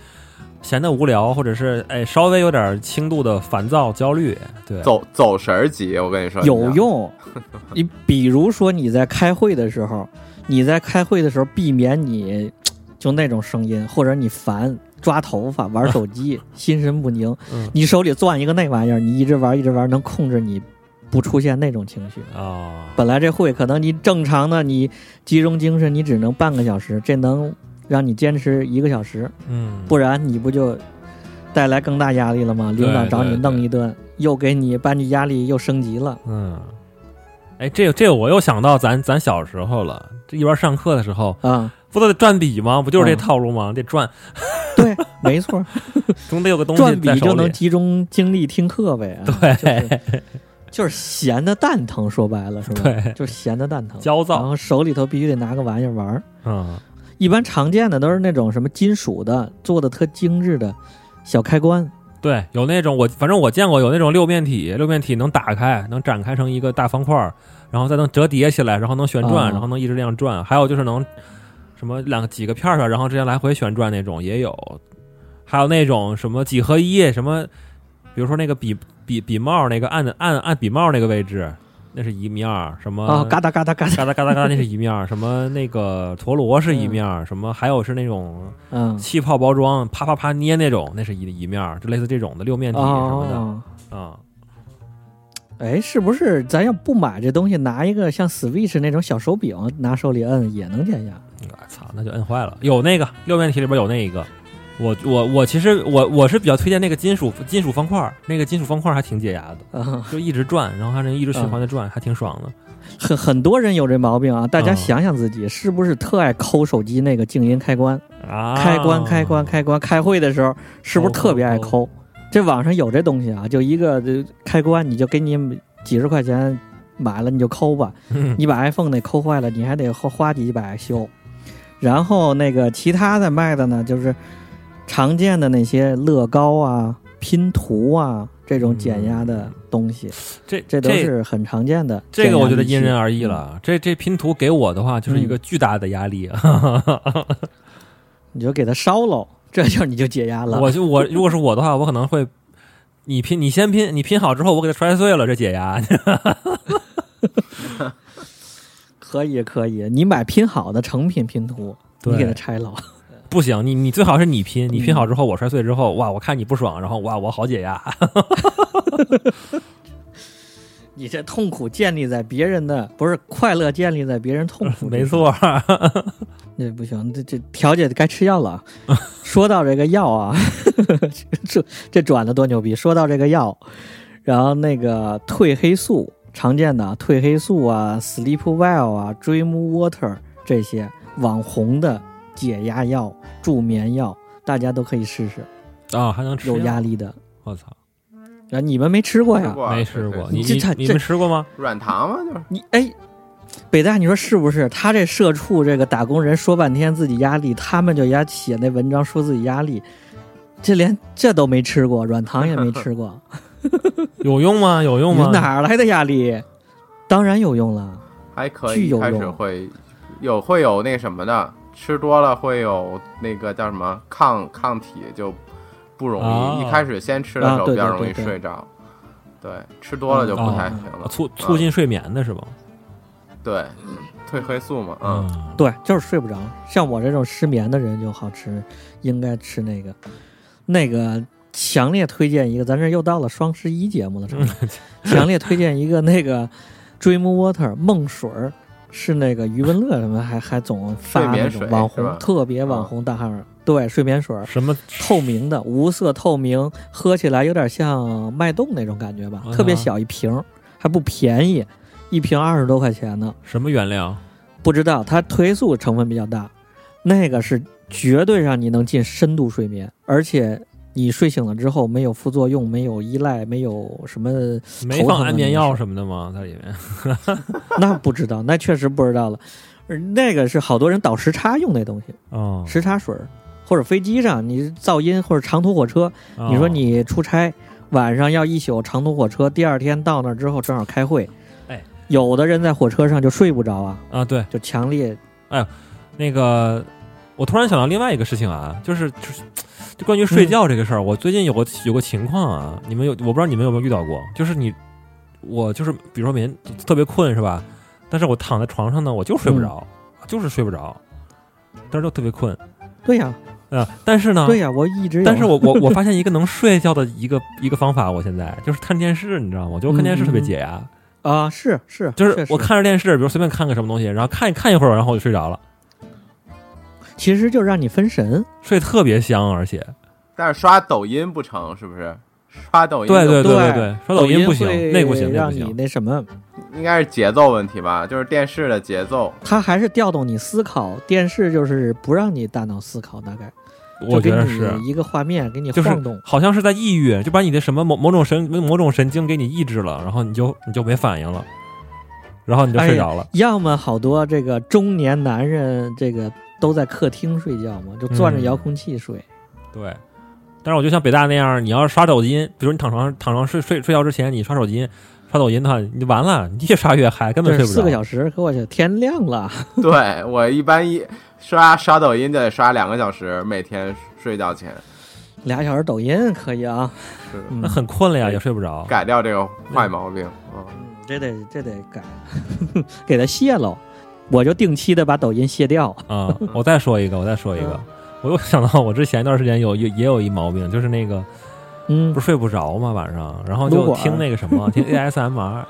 Speaker 3: 闲的无聊，或者是哎稍微有点轻度的烦躁焦虑，对，
Speaker 4: 走走神儿级，我跟你说
Speaker 2: 有。 用。你比如说你在开会的时候，你在开会的时候避免你就那种声音，或者你烦抓头发、玩手 机、心神不宁，
Speaker 3: 嗯
Speaker 2: 你手里攥一个那玩意儿，你一直玩一直玩，能控制你不出现那种情绪。
Speaker 3: 哦，
Speaker 2: 本来这会可能你正常的你集中精神，你只能半个小时，这能让你坚持一个小时，
Speaker 3: 嗯，
Speaker 2: 不然你不就带来更大压力了吗？
Speaker 3: 对
Speaker 2: 领导找你
Speaker 3: 对
Speaker 2: 弄
Speaker 3: 对
Speaker 2: 一顿，又给你把你压力又升级了。
Speaker 3: 嗯，哎，这个这个我又想到咱咱小时候了，这一边上课的时候，
Speaker 2: 啊、
Speaker 3: 不都得转笔吗？不就是这
Speaker 2: 嗯
Speaker 3: 套路吗？得转，
Speaker 2: 对， 没错，
Speaker 3: 总得有个东西
Speaker 2: 转笔
Speaker 3: 在手
Speaker 2: 就
Speaker 3: 里
Speaker 2: 能集中精力听课呗。啊
Speaker 3: 对
Speaker 2: 就是就是闲的蛋疼，说白了是吧？
Speaker 3: 对
Speaker 2: 就是闲的蛋疼，
Speaker 3: 焦躁
Speaker 2: 然后手里头必须得拿个玩意儿玩儿。
Speaker 3: 嗯，
Speaker 2: 一般常见的都是那种什么金属的，做的特精致的小开关，
Speaker 3: 对，有那种我反正我见过有那种六面体，六面体能打开，能展开成一个大方块儿，然后再能折叠起来，然后能旋转，
Speaker 2: 啊
Speaker 3: 然后能一直这样转。还有就是能什么两几个片儿上，然后这样来回旋转那种也有，还有那种什么几合一什么，比如说那个笔笔笔帽那个按按按笔帽那个位置，那是一面儿什么
Speaker 2: 啊，嘎哒嘎哒嘎哒，
Speaker 3: 嘎哒嘎哒嘎哒，那是一面儿；什么那个陀螺是一面儿；什么还有是那种
Speaker 2: 嗯，
Speaker 3: 气泡包装，啪啪啪捏那种，那是一一面儿，就类似这种的六面体什么的
Speaker 2: 哦，
Speaker 3: 啊、
Speaker 2: 哎，是不是咱要不买这东西，拿一个像 Switch 那种小手柄拿手里摁也能减压？
Speaker 3: 嗯哎操，那就摁坏了。有那个六面体里边有那一个，我我我其实我我是比较推荐那个金属金属方块儿，那个金属方块儿还挺解压的，
Speaker 2: 啊，
Speaker 3: 就一直转，然后还能一直循环的
Speaker 2: 嗯
Speaker 3: 转，还挺爽的。
Speaker 2: 很很多人有这毛病啊，大家
Speaker 3: 嗯
Speaker 2: 想想自己是不是特爱抠手机那个静音开关？
Speaker 3: 啊，
Speaker 2: 开关开关，开关，开会的时候是
Speaker 3: 哦
Speaker 2: 不是特别爱抠？这网上有这东西啊，就一个这开关，你就给你几十块钱买了，你就抠吧。
Speaker 3: 嗯
Speaker 2: 你把 iPhone 那抠坏了，你还得花花几百修。然后那个其他的卖的呢，就是常见的那些乐高啊、拼图啊这种减压的东西，
Speaker 3: 这
Speaker 2: 这都是很常见的。嗯
Speaker 3: 这个我觉得因
Speaker 2: 减压
Speaker 3: 人
Speaker 2: 利器
Speaker 3: 而异了。这这拼图给我的话，就是一个
Speaker 2: 嗯
Speaker 3: 巨大的压力。
Speaker 2: 你就给它烧喽，这就你就解压了。
Speaker 3: 我就我如果是我的话，我可能会你拼，你先拼，你拼好之后，我给它摔碎了，这解压。
Speaker 2: 可以可以，你买拼好的成品拼图，
Speaker 3: 对
Speaker 2: 你给它拆了。
Speaker 3: 不行，你你最好是你拼，你拼好之后我摔碎之后，哇，我看你不爽，然后哇，我好解压。
Speaker 2: 你这痛苦建立在别人的，不是快乐建立在别人痛苦。
Speaker 3: 没，错，
Speaker 2: 这不行，这这调解该吃药了。 说到这个药啊， 这这转的多牛逼！说到这个药，然后那个褪黑素常见的啊褪黑素啊，Sleep Well 啊，Dream Water 这些网红的解压药、助眠药，大家都可以试试，
Speaker 3: 啊，还能吃
Speaker 2: 有压？力的。
Speaker 3: 我操，
Speaker 2: 啊，你们没吃过呀？
Speaker 4: 吃过啊
Speaker 3: 没吃过，
Speaker 4: 对对
Speaker 3: 你
Speaker 2: 这
Speaker 3: 你
Speaker 2: 这
Speaker 3: 你们吃过吗？
Speaker 4: 软糖嘛，就是
Speaker 2: 你哎，北大，你说是不是？他这社畜这个打工人说半天自己压力，他们就压写那文章说自己压力，这连这都没吃过，软糖也没吃过，
Speaker 3: 有用吗？有用
Speaker 2: 你
Speaker 3: 吗？
Speaker 2: 哪儿来的压力？当然有用了，
Speaker 4: 还可
Speaker 2: 具
Speaker 4: 以，
Speaker 2: 有
Speaker 4: 开始
Speaker 2: 用
Speaker 4: 会有会有那什么的，吃多了会有那个叫什么抗抗体就不容易，
Speaker 3: 哦
Speaker 4: 一开始先吃的时
Speaker 2: 啊
Speaker 4: 候
Speaker 2: 对
Speaker 4: 比较
Speaker 2: 对
Speaker 4: 容易
Speaker 2: 对对
Speaker 4: 睡着，对吃多了就不太
Speaker 3: 嗯
Speaker 4: 行了，
Speaker 3: 促促进睡眠的是吗？
Speaker 4: 对褪黑素嘛，嗯。
Speaker 3: 嗯
Speaker 2: 对，就是睡不着。像我这种失眠的人就好吃，应该吃那个，那个强烈推荐一个，咱这又到了双十一节目了，是吧？
Speaker 4: 嗯
Speaker 2: 强烈推荐一个那个 Dream Water 梦水儿，是那个余文乐什么还还总发
Speaker 4: 睡
Speaker 2: 那
Speaker 4: 眠
Speaker 2: 种
Speaker 4: 水
Speaker 2: 网
Speaker 4: 是吧嗯
Speaker 2: 红，特别网红大号，对，睡眠水儿，
Speaker 3: 什么
Speaker 2: 透明的，无色透明，喝起来有点像脉动那种感觉吧
Speaker 4: 啊
Speaker 3: 嗯，
Speaker 2: 特别小一瓶儿，还不便宜，一瓶二十多块钱呢。
Speaker 3: 什么原料？
Speaker 2: 不知道，它褪黑素成分比较大，那个是绝对让你能进深度睡眠，而且你睡醒了之后没有副作用，没有依赖，没有什么，
Speaker 3: 没放安眠药什么的吗？在里面？
Speaker 2: 那不知 道，那确实不知道了。而那个是好多人倒时差用那东西，
Speaker 3: 哦，
Speaker 2: 时差水儿，或者飞机上你噪音，或者长途火车，
Speaker 3: 哦
Speaker 2: 你说你出差晚上要一宿长途火车，第二天到那儿之后正好开会，
Speaker 3: 哎，
Speaker 2: 有的人在火车上就睡不着啊，
Speaker 3: 啊？对，
Speaker 2: 就强烈
Speaker 3: 那个，我突然想到另外一个事情啊，就是就是，就关于
Speaker 2: 嗯
Speaker 3: 睡觉这个事儿，我最近有个有个情况啊，你们有我不知道你们有没有遇到过，就是你我就是比如说每天特别困是吧？但是我躺在床上呢，我就睡
Speaker 2: 嗯
Speaker 3: 不着，就是睡不着，但是就特别困啊、
Speaker 2: 对呀、
Speaker 3: 呃但是呢，
Speaker 2: 对呀、我一直有
Speaker 3: 但是我我 我发现一个能睡觉的一个一个方法，我现在就是看电视，你知道吗？我觉得我看电视特别解压。
Speaker 2: 啊，是是，
Speaker 3: 就是
Speaker 2: 嗯确
Speaker 3: 我
Speaker 2: 实，
Speaker 3: 看着电视，比如随便看个什么东西，然后看看一会儿，然后我就睡着了，
Speaker 2: 其实就让你分神，
Speaker 3: 睡特别香，而且
Speaker 4: 但是刷抖音不成，是不是？刷抖音
Speaker 3: 对
Speaker 4: 就
Speaker 3: 对
Speaker 2: 对
Speaker 3: 对对，刷抖音不行
Speaker 2: 会，
Speaker 3: 那不行，那
Speaker 2: 让
Speaker 3: 不
Speaker 2: 你
Speaker 3: 行。
Speaker 2: 那什么，
Speaker 4: 应该是节奏问题吧，就是电视 的节奏。
Speaker 2: 它还是调动你思考，电视就是不让你大脑思考，大概
Speaker 3: 我觉
Speaker 2: 就
Speaker 3: 得
Speaker 2: 给
Speaker 3: 是
Speaker 2: 你一个画面给你
Speaker 3: 就是
Speaker 2: 晃动，
Speaker 3: 好像是在抑郁，就把你的什么某某种神某种神经给你抑制了，然后你就你就没反应了，然后你就
Speaker 2: 哎
Speaker 3: 睡
Speaker 2: 呀
Speaker 3: 着了。
Speaker 2: 要么好多这个中年男人这个都在客厅睡觉嘛，就攥着
Speaker 3: 嗯
Speaker 2: 遥控器睡。
Speaker 3: 对，但是我就像北大那样，你要是刷抖音，比如你躺床上躺床睡睡睡觉之前，你刷手机刷抖音的话，你就完了，你越刷越嗨，根本
Speaker 2: 这
Speaker 3: 睡
Speaker 2: 是
Speaker 3: 不
Speaker 2: 四
Speaker 3: 着。
Speaker 2: 个小时，可我去，天亮了。
Speaker 4: 对我一般一刷刷抖音就得刷两个小时，每天睡觉前
Speaker 2: 俩小时抖音可以啊，
Speaker 4: 是
Speaker 2: 嗯
Speaker 3: 那很困了呀，也睡 不着。
Speaker 4: 改掉这个坏毛病啊。
Speaker 2: 嗯这得这得改， 给它卸喽。我就定期的把抖音卸掉。
Speaker 3: 啊、我再说一个，我再说一
Speaker 2: 嗯
Speaker 3: 个，我又想到我之前一段时间有有也有一毛病，就是那个
Speaker 2: 嗯
Speaker 3: 不，是睡不着嘛，晚上，然后
Speaker 2: 撸
Speaker 3: 就
Speaker 4: 啊
Speaker 2: 管儿
Speaker 3: 听那个什 么，听 ASMR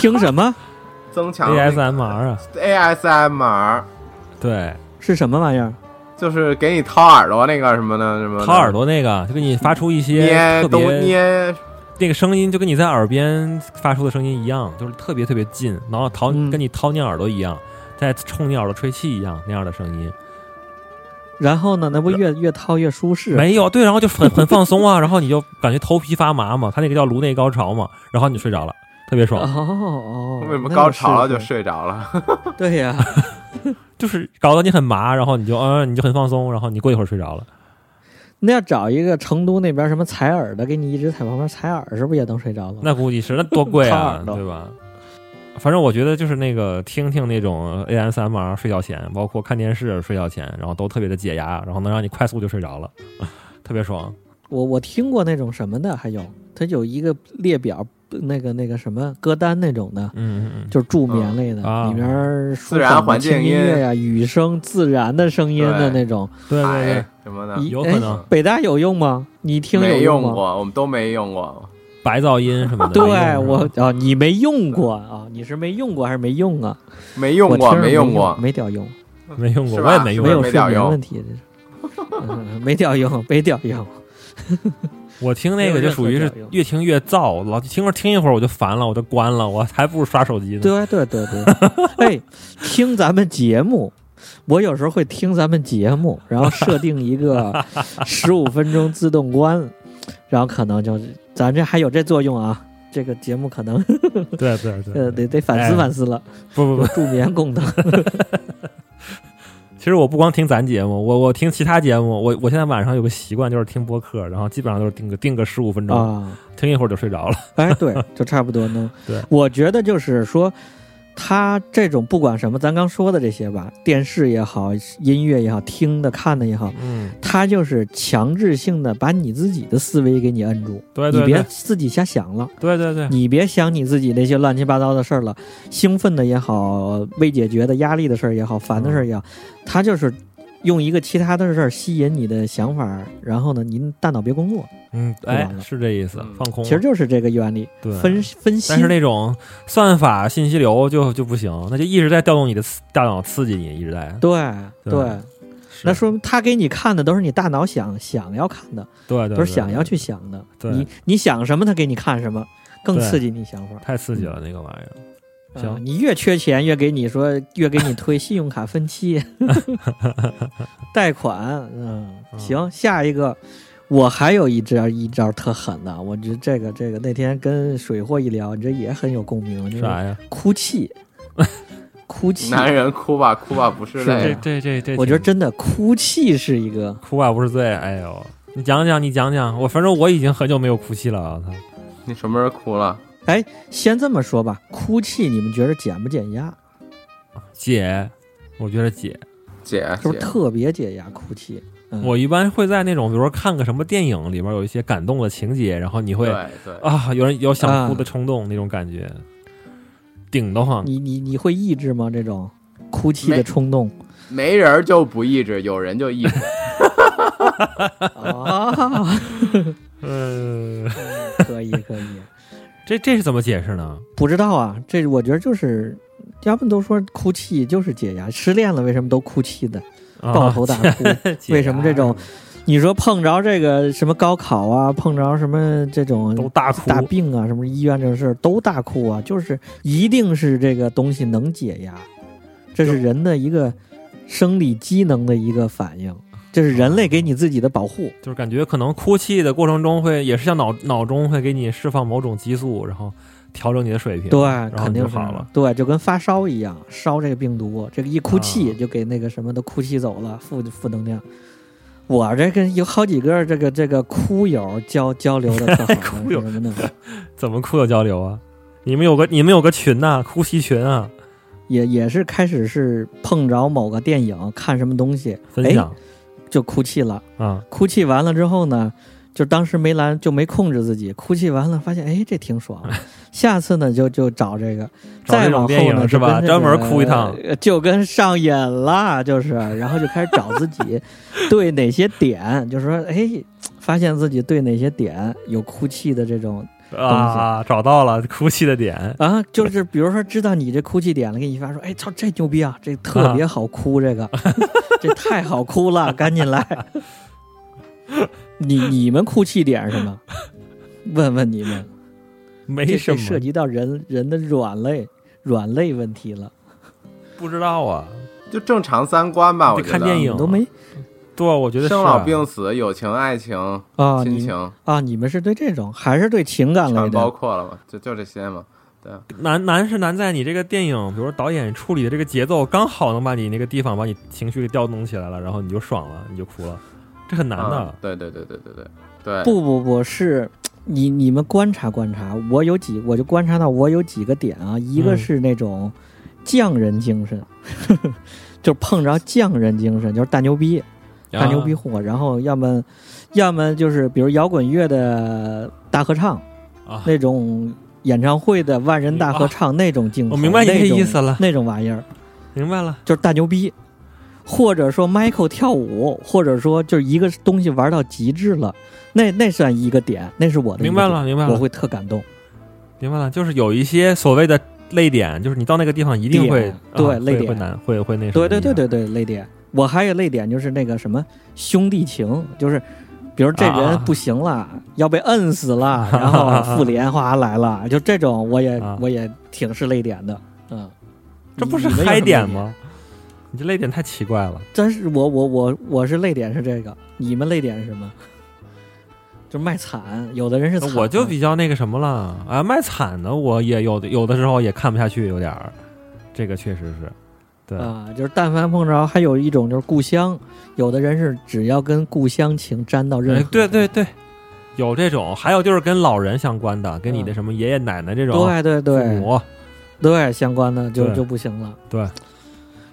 Speaker 2: 听什么？
Speaker 4: 增强
Speaker 3: ASMR 啊，
Speaker 4: ASMR
Speaker 3: 对，
Speaker 2: 是什么玩意儿？
Speaker 4: 就是给你掏耳朵那个什么呢？什么的
Speaker 3: 掏耳朵那个就给你发出一些
Speaker 4: 捏
Speaker 3: 特
Speaker 4: 东
Speaker 3: 别
Speaker 4: 捏，
Speaker 3: 那个声音，就跟你在耳边发出的声音一样，就是特别特别近，然后掏
Speaker 2: 嗯
Speaker 3: 跟你掏你耳朵一样，在冲你耳朵吹气一样那样的声音，
Speaker 2: 然后呢？那不越越掏越舒适？啊
Speaker 3: 没有对，然后就很 很放松啊，然后你就感觉头皮发麻嘛，他那个叫颅内高潮嘛，然后你就睡着了，特别
Speaker 2: 哦
Speaker 3: 爽。
Speaker 4: 啊
Speaker 2: 哦，
Speaker 4: 为什么
Speaker 2: 那
Speaker 4: 高
Speaker 2: 我
Speaker 4: 潮了
Speaker 2: 试
Speaker 4: 就
Speaker 2: 试
Speaker 4: 睡 着了？
Speaker 2: 对呀、
Speaker 3: 就是搞得你很麻，然后你就嗯、你就很放松，然后你过一会儿睡着了。
Speaker 2: 那要找一个成都那边什么采耳的，给你一直在旁边采耳，是不是也能睡着了？
Speaker 3: 那估计是那多贵
Speaker 2: 掏
Speaker 3: 啊
Speaker 2: 耳，朵
Speaker 3: 对吧？反正我觉得就是那个听听那种 ASMR 睡觉前，包括看电视睡觉前，然后都特别的解压，然后能让你快速就睡着了， 特别爽。
Speaker 2: 我我听过那种什么的，还有它有一个列表，那个那个什么歌单那种的，
Speaker 3: 嗯嗯
Speaker 2: 就是助眠类的，
Speaker 3: 嗯啊
Speaker 2: 里面儿舒
Speaker 4: 自然
Speaker 2: 缓的
Speaker 4: 环境
Speaker 2: 轻音乐呀、雨声、自然的声音的
Speaker 4: 对
Speaker 2: 那种。
Speaker 3: 嗯，对对对
Speaker 4: 哎，什么的
Speaker 2: 咦
Speaker 3: 有可能
Speaker 2: 哎北大有用吗？你听有
Speaker 4: 没用
Speaker 2: 吗？
Speaker 4: 过，我们都没用过。
Speaker 3: 白噪音什么的。 没用
Speaker 2: 对
Speaker 3: 是吧
Speaker 2: 我啊，你没用过啊？你是没用过还是没用啊？
Speaker 4: 没用
Speaker 2: 我
Speaker 4: 过，
Speaker 2: 听着没
Speaker 4: 用过，
Speaker 2: 没屌用，
Speaker 3: 没用过，
Speaker 4: 是
Speaker 3: 我也
Speaker 4: 吧
Speaker 3: 没
Speaker 4: 是
Speaker 3: 用
Speaker 4: 吧
Speaker 2: 没有
Speaker 4: 没
Speaker 3: 过。
Speaker 2: 睡
Speaker 4: 屌
Speaker 2: 眠
Speaker 4: 用
Speaker 2: 问题，这是。嗯没屌用，没屌用。
Speaker 3: 我听那个就属于是
Speaker 2: 没有任何屌用
Speaker 3: 越听越燥，老听着听一会儿我就烦了，我就关了，我还不如刷手机呢。
Speaker 2: 对啊对对对，哎，听咱们节目，我有时候会听咱们节目，然后设定一 个十五分钟自动关，然后可能就咱这还有这作用啊。这个节目可能
Speaker 3: 对对对
Speaker 2: 呃得
Speaker 3: 对，
Speaker 2: 得反思
Speaker 3: 哎
Speaker 2: 反思 了，
Speaker 3: 不不不
Speaker 2: 有，助眠功能。
Speaker 3: 其实我不光听咱节目，我我听其他节目，我我现在晚上有个习惯就是听播客，然后基本上都是定个定个十五
Speaker 4: 嗯
Speaker 3: 分钟，
Speaker 2: 啊，
Speaker 3: 听一会儿就睡着了。 。
Speaker 2: 哎，对，就差不多能
Speaker 3: 对，
Speaker 2: 我觉得就是说，他这种不管什么，咱刚说的这些吧，电视也好，音乐也好，听的看的也好，
Speaker 3: 嗯，
Speaker 2: 他就是强制性的把你自己的思维给你摁住，
Speaker 3: 哎对
Speaker 2: 你
Speaker 3: 对
Speaker 2: 别
Speaker 3: 对哎
Speaker 2: 自己瞎想了，
Speaker 3: 对对对，
Speaker 2: 你别想你自己那些乱七八糟的事儿了，兴奋的也好，未解决的压力的事儿也好，
Speaker 3: 嗯
Speaker 2: 烦的事儿也好，他就是。用一个其他的事儿吸引你的想法，然后呢，您大脑别工作，
Speaker 3: 嗯，
Speaker 2: 就
Speaker 3: 哎
Speaker 2: 完，了
Speaker 3: 是这意思
Speaker 4: 嗯，
Speaker 3: 放空了。
Speaker 2: 其实就是这个原理，
Speaker 3: 对，
Speaker 2: 分分析。
Speaker 3: 嗯但是那种算法信息流就就不行，那就一直在调动你的刺大脑，刺激你，一直在。
Speaker 2: 对
Speaker 3: 对
Speaker 2: 对，
Speaker 3: 是
Speaker 2: 那说明他给你看的都是你大脑想想要看的，
Speaker 3: 对对对，
Speaker 2: 都是想要
Speaker 3: 对
Speaker 2: 去想的。
Speaker 3: 对
Speaker 2: 你你想什么，他给你看什么，更
Speaker 3: 对
Speaker 2: 刺激你想法。
Speaker 3: 太刺激了那个玩意儿。行
Speaker 2: 啊你越缺钱，越给你说，越给你推信用卡分 期、 贷款。嗯，
Speaker 3: 嗯
Speaker 2: 行，下一个，我还有一招一招特狠的，我觉得这个这个那天跟水货一聊，你这也很有共鸣，就是
Speaker 3: 啥呀？
Speaker 2: 哭 泣，哭泣。
Speaker 4: 男人哭吧哭吧不是
Speaker 2: 是
Speaker 4: 泪
Speaker 3: 这
Speaker 4: 啊，
Speaker 3: 这这这，
Speaker 2: 我觉得真的哭泣是一个。
Speaker 3: 哭啊不是罪。哎呦，你讲讲，你讲讲，我反正我已经很久没有哭泣了。啊我操，
Speaker 4: 你什么时候哭了？
Speaker 2: 先这么说吧，哭泣你们觉得减不减压？
Speaker 3: 姐，我觉得姐。
Speaker 4: 姐
Speaker 2: 是不是
Speaker 4: 姐，
Speaker 2: 特别解压？哭泣，嗯、
Speaker 3: 我一般会在那种，比如说看个什么电影里边有一些感动的情节，然后你会
Speaker 4: 对对，
Speaker 3: 啊，有人有想哭的冲动、那种感觉，顶得慌。
Speaker 2: 你你你会抑制吗？这种哭泣的
Speaker 4: 没
Speaker 2: 冲 动
Speaker 4: 没人就不抑制，有人就抑制。
Speaker 2: 啊，
Speaker 3: 呃，
Speaker 2: 可以可以，
Speaker 3: 这这是怎么解释呢？
Speaker 2: 不知道啊，这我觉得就是。要不都说哭泣就是解压，失恋了为什么都哭泣的，
Speaker 3: 啊、
Speaker 2: 抱头大 哭？
Speaker 3: 解啊
Speaker 2: 为什么这种你说碰着这个什么高考啊，碰着什么这种
Speaker 3: 都大哭？
Speaker 2: 大病啊，什么医院这种事儿都大哭啊，就是一定是这个东西能解压，这是人的一个生理机能的一个反应，就是人类给你自己的保护。
Speaker 3: 就是感觉可能哭泣的过程中会也是像脑脑中会给你释放某种激素，然后调整你的水平，
Speaker 2: 对
Speaker 3: 然，后
Speaker 2: 啊肯
Speaker 3: 你
Speaker 2: 定
Speaker 3: 就是好了。
Speaker 2: 对，就跟发烧一样，烧这个病毒，这个一哭泣
Speaker 3: 啊
Speaker 2: 就给那个什么都哭泣走了，负负能量。我这个有好几个这个这个哭友交交流的特好
Speaker 3: 哭
Speaker 2: 呢
Speaker 3: 友
Speaker 2: 什么的，
Speaker 3: 怎么哭的交流啊？你们有个你们有个群呐、哭泣群啊，
Speaker 2: 也也是开始是碰着某个电影看什么东西，
Speaker 3: 分享
Speaker 2: 哎就哭泣了。
Speaker 3: 啊，
Speaker 2: 哭泣完了之后呢，就当时没拦，就没控制自己，哭泣完了发现哎这挺 爽的，下次呢就就找这个，
Speaker 3: 找
Speaker 2: 再往
Speaker 3: 这种
Speaker 2: 后
Speaker 3: 电影
Speaker 2: 呢
Speaker 3: 是吧
Speaker 2: 就跟那
Speaker 3: 专门
Speaker 2: 个
Speaker 3: 哭一趟
Speaker 2: 呃 就跟上瘾了，就是，然后就开始找自 己对哪些点，就是说哎，发现自己对哪些点有哭泣的这种
Speaker 3: 啊，找到了哭泣的点，
Speaker 2: 啊，就是比如说知道你这哭泣点了，给你发说，哎操这牛逼啊，这特别好哭，这个 这太好哭了，赶紧来。你你们哭泣点是什么？问问你们，
Speaker 3: 没
Speaker 2: 这
Speaker 3: 什
Speaker 2: 这
Speaker 3: 么，
Speaker 2: 涉及到人人的软肋软肋问题了，
Speaker 3: 不知道啊。
Speaker 4: 就正常三观吧。我
Speaker 3: 得
Speaker 4: 觉
Speaker 3: 看
Speaker 4: 得
Speaker 3: 电影
Speaker 2: 你都没
Speaker 3: 对，啊我觉得是
Speaker 4: 生老病死、友情、爱情、
Speaker 2: 啊？
Speaker 4: 亲
Speaker 2: 你
Speaker 4: 情，
Speaker 2: 啊，你们是对这种还是对情感类
Speaker 4: 全包
Speaker 2: 的？
Speaker 4: 括了嘛？就就这些嘛。对，
Speaker 3: 难难是难在你这个电影，比如说导演处理的这个节奏，刚好能把你那个地方把你情绪给调动起来了，然后你就爽了，你就哭了，这很难的。
Speaker 4: 嗯对对对对对对对。
Speaker 2: 不不不是。你你们观察观察，我有几我就观察到我有几个点啊，一个
Speaker 3: 嗯
Speaker 2: 是那种匠人精神， 就碰着匠人精神，就是大牛逼，
Speaker 3: 啊
Speaker 2: 大牛逼货，然后要么要么就是比如摇滚乐的大合唱，
Speaker 3: 啊！
Speaker 2: 那种演唱会的万人大合唱、那种镜头，
Speaker 3: 我明白你
Speaker 2: 那
Speaker 3: 这
Speaker 2: 种
Speaker 3: 意思了
Speaker 2: 那种玩意儿
Speaker 3: 明白了，
Speaker 2: 就是大牛逼，或者说 Michael 跳舞，或者说就是一个东西玩到极致了，那那算一个点，那是我的一个
Speaker 3: 明白
Speaker 2: 点
Speaker 3: 了，明白
Speaker 2: 我
Speaker 3: 了，
Speaker 2: 会特感动。
Speaker 3: 明白了，就是有一些所谓的泪点，就是你到那个地方一定会
Speaker 2: 点对
Speaker 3: 啊
Speaker 2: 泪
Speaker 3: 会
Speaker 2: 点
Speaker 3: 会难，会会那什么
Speaker 2: 对对对对对，泪点。我还有泪点就是那个什么兄弟情，就是比如这人
Speaker 3: 啊
Speaker 2: 不行了，要被摁死 了，然后复联哗来了，就这种我也、
Speaker 3: 啊
Speaker 2: 我也挺是泪点的。嗯，
Speaker 3: 这不是
Speaker 2: 你们有什么
Speaker 3: 嗨点
Speaker 2: 泪？
Speaker 3: 吗？你这泪点太奇怪了，
Speaker 2: 真是我我我我是泪点是这个，你们泪点是什么？就卖惨，有的人是惨
Speaker 3: 我就比较那个什么了啊，卖惨的我也有的有的时候也看不下去，有点儿，这个确实是，对，
Speaker 2: 啊，就是但凡碰着，还有一种就是故乡，有的人是只要跟故乡情沾到任
Speaker 3: 哎
Speaker 2: 何，
Speaker 3: 对对对，有这种，还有就是跟老人相关的，跟你的
Speaker 2: 嗯
Speaker 3: 什么爷爷奶奶这种
Speaker 2: 对对
Speaker 3: 哎父
Speaker 2: 对，
Speaker 3: 母，啊
Speaker 2: 对相关的就
Speaker 3: 对
Speaker 2: 就不行了。
Speaker 3: 对，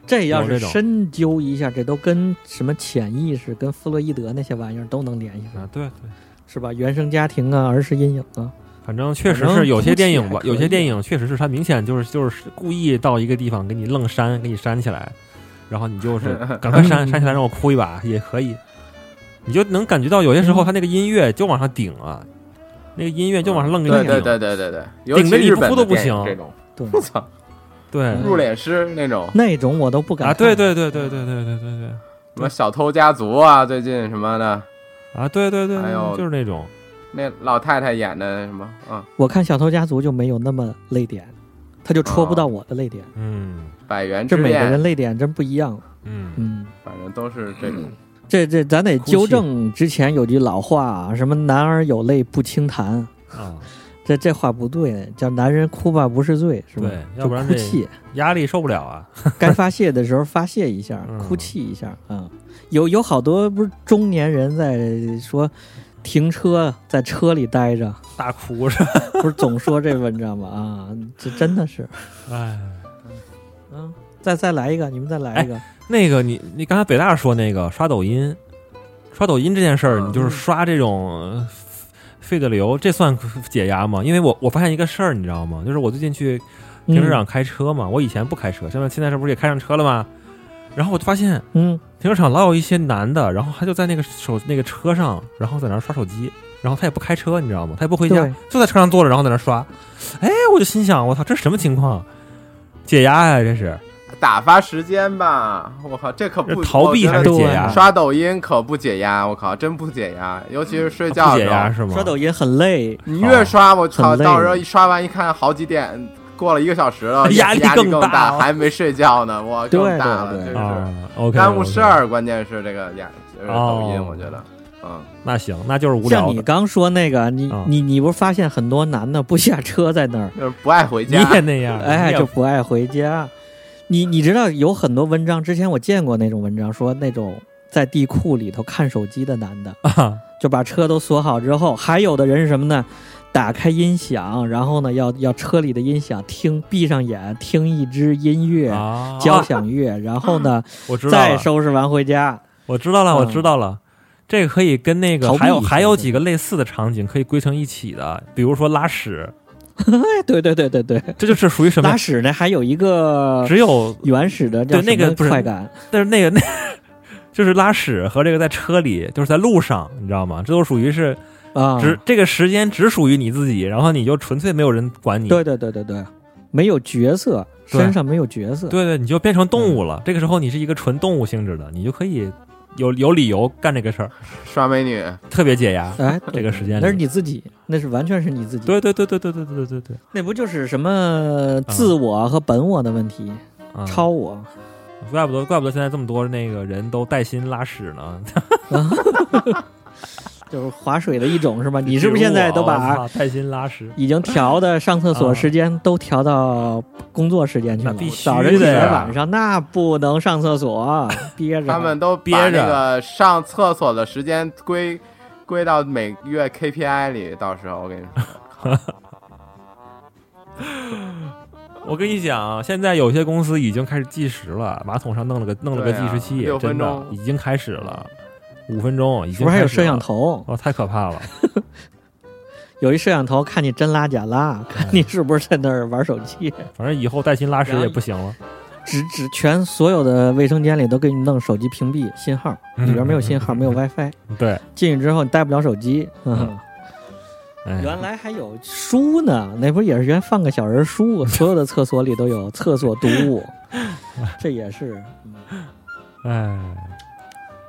Speaker 2: 这要
Speaker 3: 有
Speaker 2: 是
Speaker 3: 这种
Speaker 2: 深究一下，这都跟什么潜意识、跟弗洛伊德那些玩意儿都能联系上，
Speaker 3: 啊，对对，
Speaker 2: 是吧？原生家庭啊，儿时阴影啊，
Speaker 3: 反正确实
Speaker 2: 反正
Speaker 3: 是有些电影
Speaker 2: 哭，泣
Speaker 3: 吧
Speaker 2: 还可以
Speaker 3: 有些电影确实是它明显就是就是故意到一个地方给你愣删，给你删起来，然后你就是 赶快删
Speaker 2: 嗯
Speaker 3: 删起来让我哭一把也可以，你就能感觉到有些时候
Speaker 2: 嗯
Speaker 3: 它那个音乐就往上顶啊，那个音乐就往上愣给
Speaker 4: 对
Speaker 3: 你
Speaker 4: 对
Speaker 3: 顶，
Speaker 4: 对对对对，尤其
Speaker 3: 顶着你
Speaker 4: 日
Speaker 3: 不
Speaker 4: 本
Speaker 3: 哭
Speaker 4: 的
Speaker 3: 都不
Speaker 4: 电影
Speaker 3: 行
Speaker 4: 这种
Speaker 2: 对，
Speaker 4: 我操，
Speaker 3: 对
Speaker 2: 嗯
Speaker 4: 入殓师那种，
Speaker 2: 那种我都不敢
Speaker 3: 啊，
Speaker 2: 看
Speaker 3: 对对对对对对对对对
Speaker 4: 什么小偷家族 啊，最近什么的，
Speaker 3: 啊，对对对，
Speaker 4: 还有
Speaker 3: 对就是那种
Speaker 4: 那老太太演的什么，嗯，
Speaker 2: 我看《小偷家族》就没有那么泪点，他就戳不
Speaker 4: 啊
Speaker 2: 到我的泪点。
Speaker 3: 嗯
Speaker 4: 百元之
Speaker 2: 这每个
Speaker 4: 恋
Speaker 2: 人，泪点真不一样，
Speaker 3: 嗯。
Speaker 2: 嗯。
Speaker 4: 反正都是这种。
Speaker 2: 这这，咱得
Speaker 3: 哭泣
Speaker 2: 纠正之前有句老话啊，什么“男儿有泪不轻弹
Speaker 3: 啊，”，
Speaker 2: 这这话不对，叫“男人哭吧不是罪”，是吧？
Speaker 3: 对要
Speaker 2: 就
Speaker 3: 不然
Speaker 2: 哭
Speaker 3: 这
Speaker 2: 泣，
Speaker 3: 压力受不了啊！
Speaker 2: 该发泄的时候发泄一下，
Speaker 3: 嗯
Speaker 2: 哭泣一下啊、嗯有有好多不是中年人在说停车在车里待着，
Speaker 3: 大哭是吧？
Speaker 2: 不是总说这文章吗？啊，这真的是，
Speaker 3: 哎，
Speaker 2: 嗯，再再来一个，你们再来一个，
Speaker 3: 那个你你刚才北大说那个刷抖音，刷抖音这件事儿，
Speaker 4: 嗯
Speaker 3: 你就是刷这种呃费的流，这算解压吗？因为我我发现一个事儿，你知道吗？就是我最近去
Speaker 2: 嗯
Speaker 3: 停车啊场开车嘛，我以前不开车，现在现在这不是也开上车了吗？然后我就发现
Speaker 2: 嗯，
Speaker 3: 停车场老有一些男的，然后他就在那个手那个车上，然后在那儿刷手机，然后他也不开车，你知道吗？他也不回
Speaker 2: 嗯，
Speaker 3: 家，
Speaker 2: 对，
Speaker 3: 就在车上坐着，然后在那刷。哎，我就心想，我操，这是什么情况？解压呀、这是
Speaker 4: 打发时间吧，我靠，这可不
Speaker 3: 这逃避还是
Speaker 4: 我觉得
Speaker 3: 解压？
Speaker 2: 对
Speaker 4: 刷抖音可不解压，我靠，真不解压，尤其是睡
Speaker 3: 嗯啊不
Speaker 4: 觉的
Speaker 3: 解
Speaker 4: 时
Speaker 3: 压
Speaker 4: 候，
Speaker 3: 是吗？
Speaker 2: 刷抖音很累，
Speaker 4: 你越刷，我操，
Speaker 2: 很累
Speaker 4: 到时候一刷完一看好几点，过了一个小时了，
Speaker 3: 压力
Speaker 4: 压
Speaker 3: 更
Speaker 4: 更
Speaker 3: 大
Speaker 4: 大，
Speaker 3: 了
Speaker 4: 还没睡觉呢，我
Speaker 2: 对
Speaker 4: 更大了，
Speaker 2: 对对
Speaker 4: 真是
Speaker 3: 啊，OK，
Speaker 4: 耽误
Speaker 3: OK
Speaker 4: 事。儿，关键是这个压有点抖音，
Speaker 3: 哦
Speaker 4: 我觉得，嗯，
Speaker 3: 那行，那就是无
Speaker 2: 像
Speaker 3: 聊
Speaker 2: 你
Speaker 3: 的，
Speaker 2: 刚说那个，你
Speaker 3: 啊
Speaker 2: 你你不是发现很多男的不下车在那儿，
Speaker 4: 就是不爱回
Speaker 3: 你
Speaker 4: 家，
Speaker 3: 也那样，
Speaker 2: 哎，
Speaker 3: 你也
Speaker 2: 就不爱回家。你你知道有很多文章，之前我见过那种文章，说那种在地库里头看手机的男的，
Speaker 3: 啊
Speaker 2: 就把车都锁好之后，还有的人是什么呢？打开音响，然后呢，要要车里的音响听，闭上眼听一支音乐，
Speaker 3: 啊，
Speaker 2: 交响乐，然后呢，
Speaker 3: 我知道
Speaker 2: 再
Speaker 3: 了，
Speaker 2: 收拾完回家。
Speaker 3: 我知道了，
Speaker 2: 嗯
Speaker 3: 我知道了。这个可以跟那个
Speaker 2: 逃避
Speaker 3: 还有
Speaker 2: 一下
Speaker 3: 还有几个类似的场景可以归成一起的，比如说拉屎，
Speaker 2: 哎，对对对对对，
Speaker 3: 这就是属于什么
Speaker 2: 拉？屎呢，还有一个
Speaker 3: 只有
Speaker 2: 原始的叫
Speaker 3: 对那个
Speaker 2: 什么
Speaker 3: 不是
Speaker 2: 快感，
Speaker 3: 但是那个那 就是拉屎和这个在车里，就是在路上，你知道吗？这都属于是
Speaker 2: 啊，
Speaker 3: 只、这个时间只属于你自己，然后你就纯粹没有人管你。
Speaker 2: 对对对对对，没有角色，
Speaker 3: 对
Speaker 2: 身上没有角色，
Speaker 3: 对对你就变成动
Speaker 2: 嗯
Speaker 3: 物了。这个时候你是一个纯动物性质的，你就可以有有理由干这个事儿，
Speaker 4: 刷美女，
Speaker 3: 特别解压。
Speaker 2: 哎，
Speaker 3: 这个时间
Speaker 2: 那是
Speaker 3: 里
Speaker 2: 你自己，那是完全是你自己，
Speaker 3: 对对对对对对对对对，
Speaker 2: 那不就是什么自我和本我的问题，
Speaker 3: 啊、
Speaker 2: 超我，
Speaker 3: 怪不得怪不得现在这么多那个人都带薪拉屎呢。
Speaker 2: 就是划水的一种是吧？你是不是现在都
Speaker 3: 我啊
Speaker 2: 把
Speaker 3: 操带薪拉屎？
Speaker 2: 已经调的上厕所时间都调到工作时间去了
Speaker 3: 那必？须
Speaker 2: 早上起
Speaker 3: 的
Speaker 2: 来
Speaker 4: 呀
Speaker 2: 晚上那不能上厕所，憋着。
Speaker 4: 他们都
Speaker 3: 憋
Speaker 4: 把
Speaker 3: 着
Speaker 4: 那个上厕所的时间归归到每月 KPI 里，到时候我跟你说，
Speaker 3: 我跟你讲，现在有些公司已经开始计时了，马桶上弄了个弄了个
Speaker 4: 对
Speaker 3: 计
Speaker 4: 啊
Speaker 3: 时器，
Speaker 4: 六
Speaker 3: 真
Speaker 4: 分
Speaker 3: 的
Speaker 4: 钟嗯
Speaker 3: 已经开始了，五分钟已
Speaker 2: 是
Speaker 3: 经
Speaker 2: 不是还有
Speaker 3: 开始
Speaker 2: 摄像
Speaker 3: 了？
Speaker 2: 头？
Speaker 3: 哦，太可怕了！
Speaker 2: 有一摄像头看你真拉假拉，看你是不是在那儿玩手机。
Speaker 3: 反正以后带薪拉屎
Speaker 2: 然后
Speaker 3: 也不行了。
Speaker 2: 只只全所有的卫生间里都给你弄手机屏蔽信号，
Speaker 3: 嗯
Speaker 2: 里边没有信号，没有 WiFi，
Speaker 3: 对，
Speaker 2: 进去之后你带不了手机。嗯，
Speaker 3: 哎，
Speaker 2: 原来还有书呢，那不也是原放个小人 书？所有的厕所里都有厕所读 物，这也是。嗯
Speaker 3: 哎，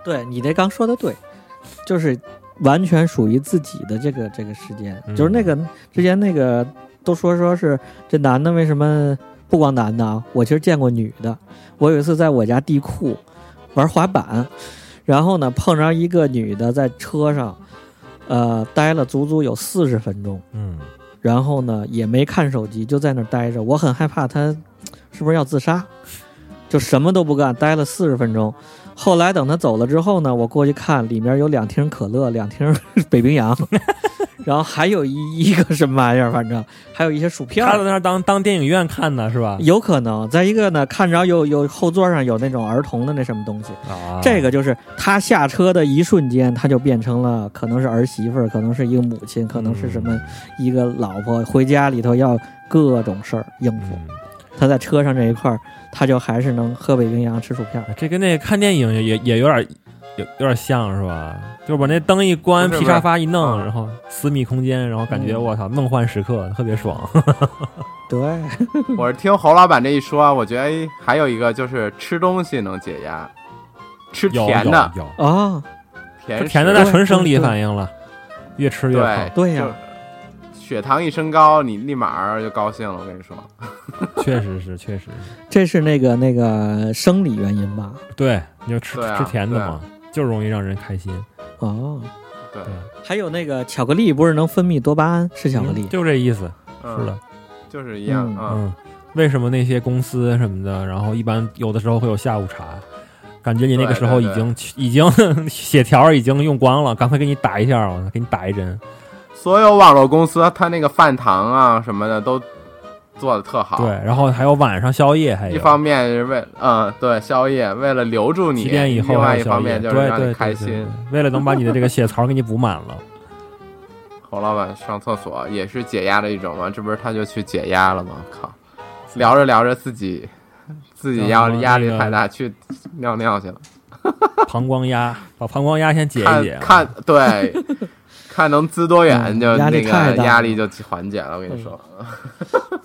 Speaker 2: 对你这刚说的对，就是完全属于自己的这个这个时间，
Speaker 3: 嗯
Speaker 2: 就是那个之前那个都说说是这男的为什么不光男的啊，我其实见过女的，我有一次在我家地库玩滑板，然后呢碰着一个女的在车上，呃待了足足有四十分钟，
Speaker 3: 嗯，
Speaker 2: 然后呢也没看手机，就在那儿待着。我很害怕他是不是要自杀，就什么都不干，待了四十分钟。后来等他走了之后呢，我过去看，里面有两听可乐，两听北冰洋， 然后还有一一个什么玩意儿，反正还有一些薯片
Speaker 3: 他在
Speaker 2: 儿。
Speaker 3: 那儿当当电影院看呢，是吧？
Speaker 2: 有可能，再一个呢，看着有有后座上有那种儿童的那什么东西，
Speaker 3: 啊，
Speaker 2: 这个就是他下车的一瞬间，他就变成了可能是儿媳妇儿，可能是一个母亲，可能是什么一个老婆，回家里头要各种事儿应付。
Speaker 3: 嗯？
Speaker 2: 他在车上这一块儿，他就还是能喝北冰洋、吃薯片儿。
Speaker 3: 哎这跟那个看电影也也也有点有有点像是吧？就是把那灯一关，
Speaker 4: 不是
Speaker 3: 皮沙发一弄，
Speaker 4: 嗯
Speaker 3: 然后私密空间，然后感觉
Speaker 2: 嗯
Speaker 3: 我操，梦幻时刻，特别爽。
Speaker 2: 对，
Speaker 4: 我是听侯老板这一说，我觉得哎还有一个就是吃东西能解压，吃
Speaker 3: 有
Speaker 4: 甜的，
Speaker 3: 有有
Speaker 2: 哦，
Speaker 4: 甜
Speaker 3: 这
Speaker 4: 食
Speaker 3: 甜的那纯生理反应了，越吃越
Speaker 4: 对
Speaker 3: 胖，
Speaker 2: 对呀、
Speaker 4: 血糖一升高，你立马儿就高兴了。我跟你说，
Speaker 3: 确实是，确实是，
Speaker 2: 这是那个那个生理原因吧？
Speaker 3: 对，你就吃
Speaker 4: 对啊
Speaker 3: 吃甜的嘛，就容易让人开心。
Speaker 2: 哦，
Speaker 4: 对，
Speaker 2: 还有那个巧克力不是能分泌多巴胺，吃巧克力
Speaker 3: 嗯，就这意思，
Speaker 4: 嗯
Speaker 3: 是的，，
Speaker 4: 就是一样
Speaker 2: 嗯
Speaker 4: 啊。
Speaker 3: 嗯。为什么那些公司什么的，然后一般有的时候会有下午茶，感觉你那个时候已
Speaker 4: 对对
Speaker 3: 经已经 血条已经用光了，赶快给你打一下，我给你打一针。
Speaker 4: 所有网络公司，它那个饭堂啊什么的都做的特好。
Speaker 3: 对，，然后还有晚上宵夜，还有
Speaker 4: 一方面是为嗯对宵夜，为了留住你；
Speaker 3: 七点以后
Speaker 4: 另
Speaker 3: 还
Speaker 4: 外
Speaker 3: 有
Speaker 4: 一
Speaker 3: 宵
Speaker 4: 方
Speaker 3: 夜，
Speaker 4: 面
Speaker 3: 对
Speaker 4: 就是
Speaker 3: 对对
Speaker 4: 让你
Speaker 3: 对，
Speaker 4: 开
Speaker 3: 对
Speaker 4: 心。
Speaker 3: 为了能把你的这个血槽给你补满 了。
Speaker 4: 侯老板上厕所也是解压的一种嘛，这不是他就去解压了吗？靠，聊着聊着自己自己
Speaker 3: 叫
Speaker 4: 压
Speaker 3: 什么
Speaker 4: 压力
Speaker 3: 那个
Speaker 4: 太大，去尿尿去了。
Speaker 3: 膀胱压，把膀胱压先解一解啊
Speaker 4: 看。看对，看能滋多远
Speaker 2: 嗯
Speaker 4: 就
Speaker 2: 压
Speaker 4: 那
Speaker 2: 力
Speaker 4: 个
Speaker 2: 太大了
Speaker 4: 压力就缓解了。我跟你说，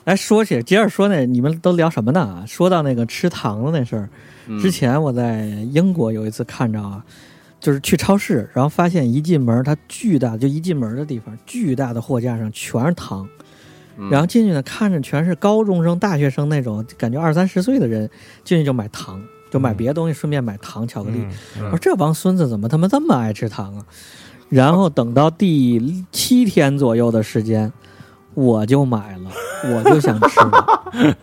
Speaker 2: 哎，说起接着说那，你们都聊什么呢？说到那个吃糖的那事儿，
Speaker 4: 嗯
Speaker 2: 之前我在英国有一次看着啊，就是去超市，然后发现一进门儿，它巨大，就一进门儿的地方，巨大的货架上全是糖。
Speaker 4: 嗯
Speaker 2: 然后进去呢，看着全是高中生、大学生那种，感觉二三十岁的人进去就买糖，就买别的东西，顺便买糖、巧克力。
Speaker 3: 嗯
Speaker 2: 我说这帮孙子怎么他妈这么爱吃糖啊？然后等到第七天左右的时间，我就买了，我就想 吃了。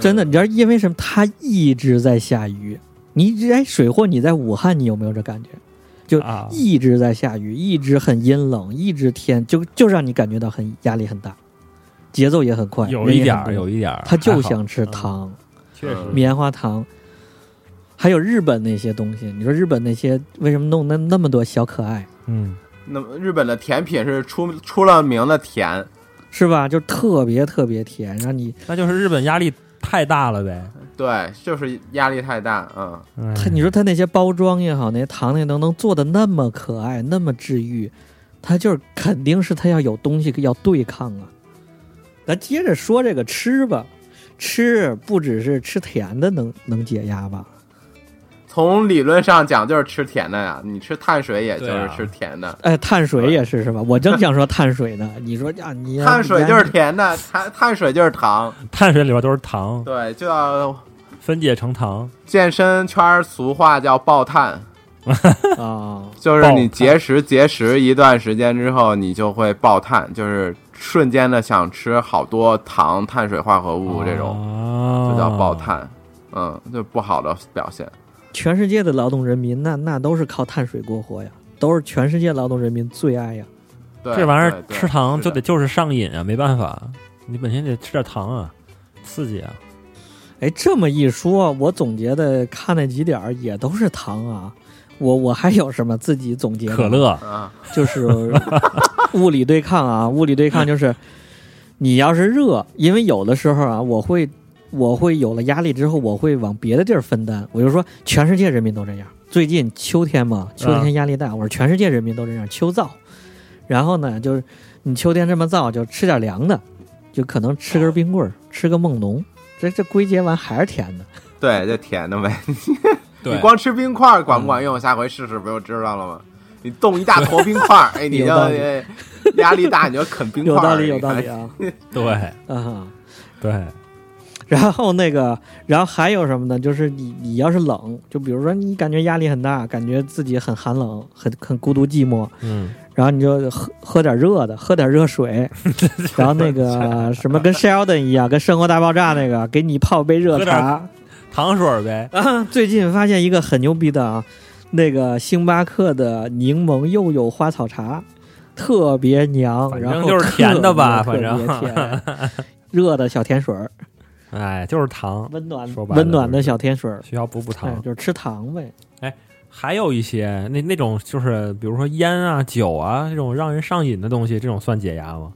Speaker 2: 真的，你知道因为什么？它一直在下雨。你哎，水货，你在武汉，你有没有这感觉？就
Speaker 3: 啊
Speaker 2: 一直在下雨，一直很阴冷，一直天就就让你感觉到很压力很大，节奏也很快，
Speaker 3: 有
Speaker 2: 人
Speaker 3: 一
Speaker 2: 也
Speaker 3: 点
Speaker 2: 很
Speaker 3: 儿，
Speaker 2: 多
Speaker 3: 有一点儿，
Speaker 2: 他就
Speaker 3: 还好
Speaker 2: 想吃
Speaker 3: 嗯
Speaker 2: 糖。
Speaker 3: 确实
Speaker 2: 棉花糖，还有日本那些东西。你说日本那些为什么弄那那么多小可爱，
Speaker 3: 嗯，
Speaker 4: 那么日本的甜品是出出了名的甜，
Speaker 2: 是吧？就特别特别甜，让你
Speaker 3: 那就是日本压力太大了呗。
Speaker 4: 对，就是压力太大，嗯，
Speaker 3: 嗯
Speaker 2: 它，你说它那些包装也好，那些糖那能能做的那么可爱，那么治愈，它就是肯定是它要有东西要对抗啊。咱接着说这个吃吧，吃不只是吃甜的能能解压吧？
Speaker 4: 从理论上讲就是吃甜的呀，你吃碳水也就
Speaker 3: 对
Speaker 4: 是
Speaker 3: 啊
Speaker 4: 吃甜的，
Speaker 2: 哎，碳水也是是吧？我正想说碳水 呢，你说呀，你
Speaker 4: 碳水就是甜的，碳碳水就是糖，
Speaker 3: 碳水里边都是糖，
Speaker 4: 对，就要
Speaker 3: 分解成糖。
Speaker 4: 健身圈俗话叫爆碳，
Speaker 2: 啊。
Speaker 4: 就是
Speaker 3: 爆
Speaker 4: 你
Speaker 3: 碳
Speaker 4: 节食节食一段时间之后，你就会爆碳，就是瞬间的想吃好多糖、碳水化合
Speaker 3: 哦
Speaker 4: 物这种，
Speaker 3: 种
Speaker 4: 就叫爆。碳，嗯，就不好的表现。
Speaker 2: 全世界的劳动人民，那那都是靠碳水过活呀，都是全世界劳动人民最爱呀。
Speaker 4: 对，
Speaker 3: 这玩意
Speaker 4: 对
Speaker 3: 儿
Speaker 4: 对
Speaker 3: 吃糖
Speaker 4: 是
Speaker 3: 就
Speaker 4: 的
Speaker 3: 得就是上瘾啊，没办法，你本身得吃点糖啊，刺激啊。
Speaker 2: 哎，这么一说，我总结的看那几点儿也都是糖啊。我我还有什么自己总结？
Speaker 3: 可，乐，
Speaker 4: 啊，
Speaker 2: 就是 物理对抗啊，物理对抗就是，你要是热，因为有的时候啊，我会我会有了压力之后，我会往别的地儿分担。我就说，全世界人民都这样。最近秋天
Speaker 4: 啊
Speaker 2: 嘛，秋天压力大，我说全世界人民都这样，秋燥。然后呢，就是你秋天这么燥，就吃点凉的，就可能吃
Speaker 4: 啊
Speaker 2: 根冰棍儿，吃个梦龙。这这归结完还是甜的。
Speaker 4: 对，这甜的呗。
Speaker 3: 对嗯
Speaker 4: 你光吃冰块儿管不管用？下回试试不就知道了吗？你冻一大坨冰块 儿，哎，你
Speaker 2: 有
Speaker 4: 就
Speaker 2: 道理
Speaker 4: 哎压力大，你就啃冰块
Speaker 2: 有
Speaker 4: 儿，
Speaker 2: 道理，有
Speaker 4: 你
Speaker 2: 道
Speaker 4: 看
Speaker 2: 理啊！
Speaker 3: 对
Speaker 2: 啊，
Speaker 3: 对，
Speaker 2: 然后那个，然后还有什么呢？就是你你要是冷，就比如说你感觉压力很大，感觉自己很寒冷，很很孤独寂寞，
Speaker 3: 嗯，
Speaker 2: 然后你就喝喝点热的，喝点热水，然后那个什么跟 Sheldon 一样，跟《生活大爆炸》那个，给你泡杯热茶。
Speaker 3: 糖水儿呗。
Speaker 2: 啊，最近发现一个很牛逼的啊，那个星巴克的柠檬柚柚花草茶，特别娘，
Speaker 3: 反正
Speaker 2: 然后
Speaker 3: 就是甜的吧
Speaker 2: 特别
Speaker 3: 反正
Speaker 2: 特别甜热的小甜水儿，
Speaker 3: 哎，就是糖，
Speaker 2: 温暖
Speaker 3: 说白了
Speaker 2: 温暖
Speaker 3: 就
Speaker 2: 的
Speaker 3: 是
Speaker 2: 小甜水儿。
Speaker 3: 需要补补糖
Speaker 2: 哎，。就是吃糖呗。
Speaker 3: 还有一些那那种就是比如说烟啊、酒啊这种让人上瘾的东西，这种算解压吗？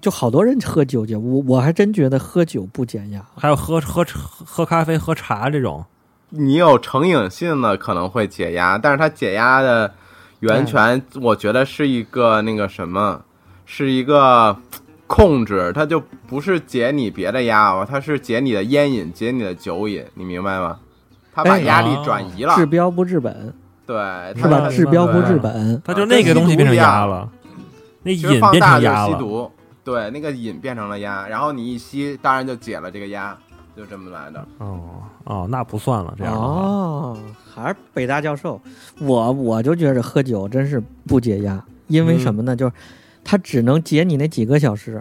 Speaker 2: 就好多人喝酒去，我我还真觉得喝酒不减压。
Speaker 3: 还有喝喝喝咖啡、喝茶这种，
Speaker 4: 你有成瘾性的可能会解压，但是它解压的
Speaker 2: 嗯
Speaker 4: 源泉，我觉得是一个那个什么，是一个控制，它就不是解你别的压啊，它是解你的烟瘾，解你的酒瘾，你明白吗？它把
Speaker 2: 哎
Speaker 4: 压力转移了，
Speaker 2: 治标不治本，
Speaker 4: 对，
Speaker 2: 是
Speaker 4: 它
Speaker 2: 吧？
Speaker 3: 嗯
Speaker 2: 治标不治本。
Speaker 4: 啊
Speaker 3: 它就那个东西变成压了，那
Speaker 4: 其
Speaker 3: 瘾
Speaker 4: 实放
Speaker 3: 变
Speaker 4: 大
Speaker 3: 成
Speaker 4: 就
Speaker 3: 压
Speaker 4: 是吸
Speaker 3: 了。
Speaker 4: 毒，对，那个瘾变成了压，然后你一吸，当然就解了这个压，就这么来的。
Speaker 3: 哦哦，那不算了，这样的话
Speaker 2: 哦，还是北大教授，我我就觉着喝酒真是不解压，因为什么
Speaker 3: 嗯
Speaker 2: 呢？就是它只能解你那几个小时，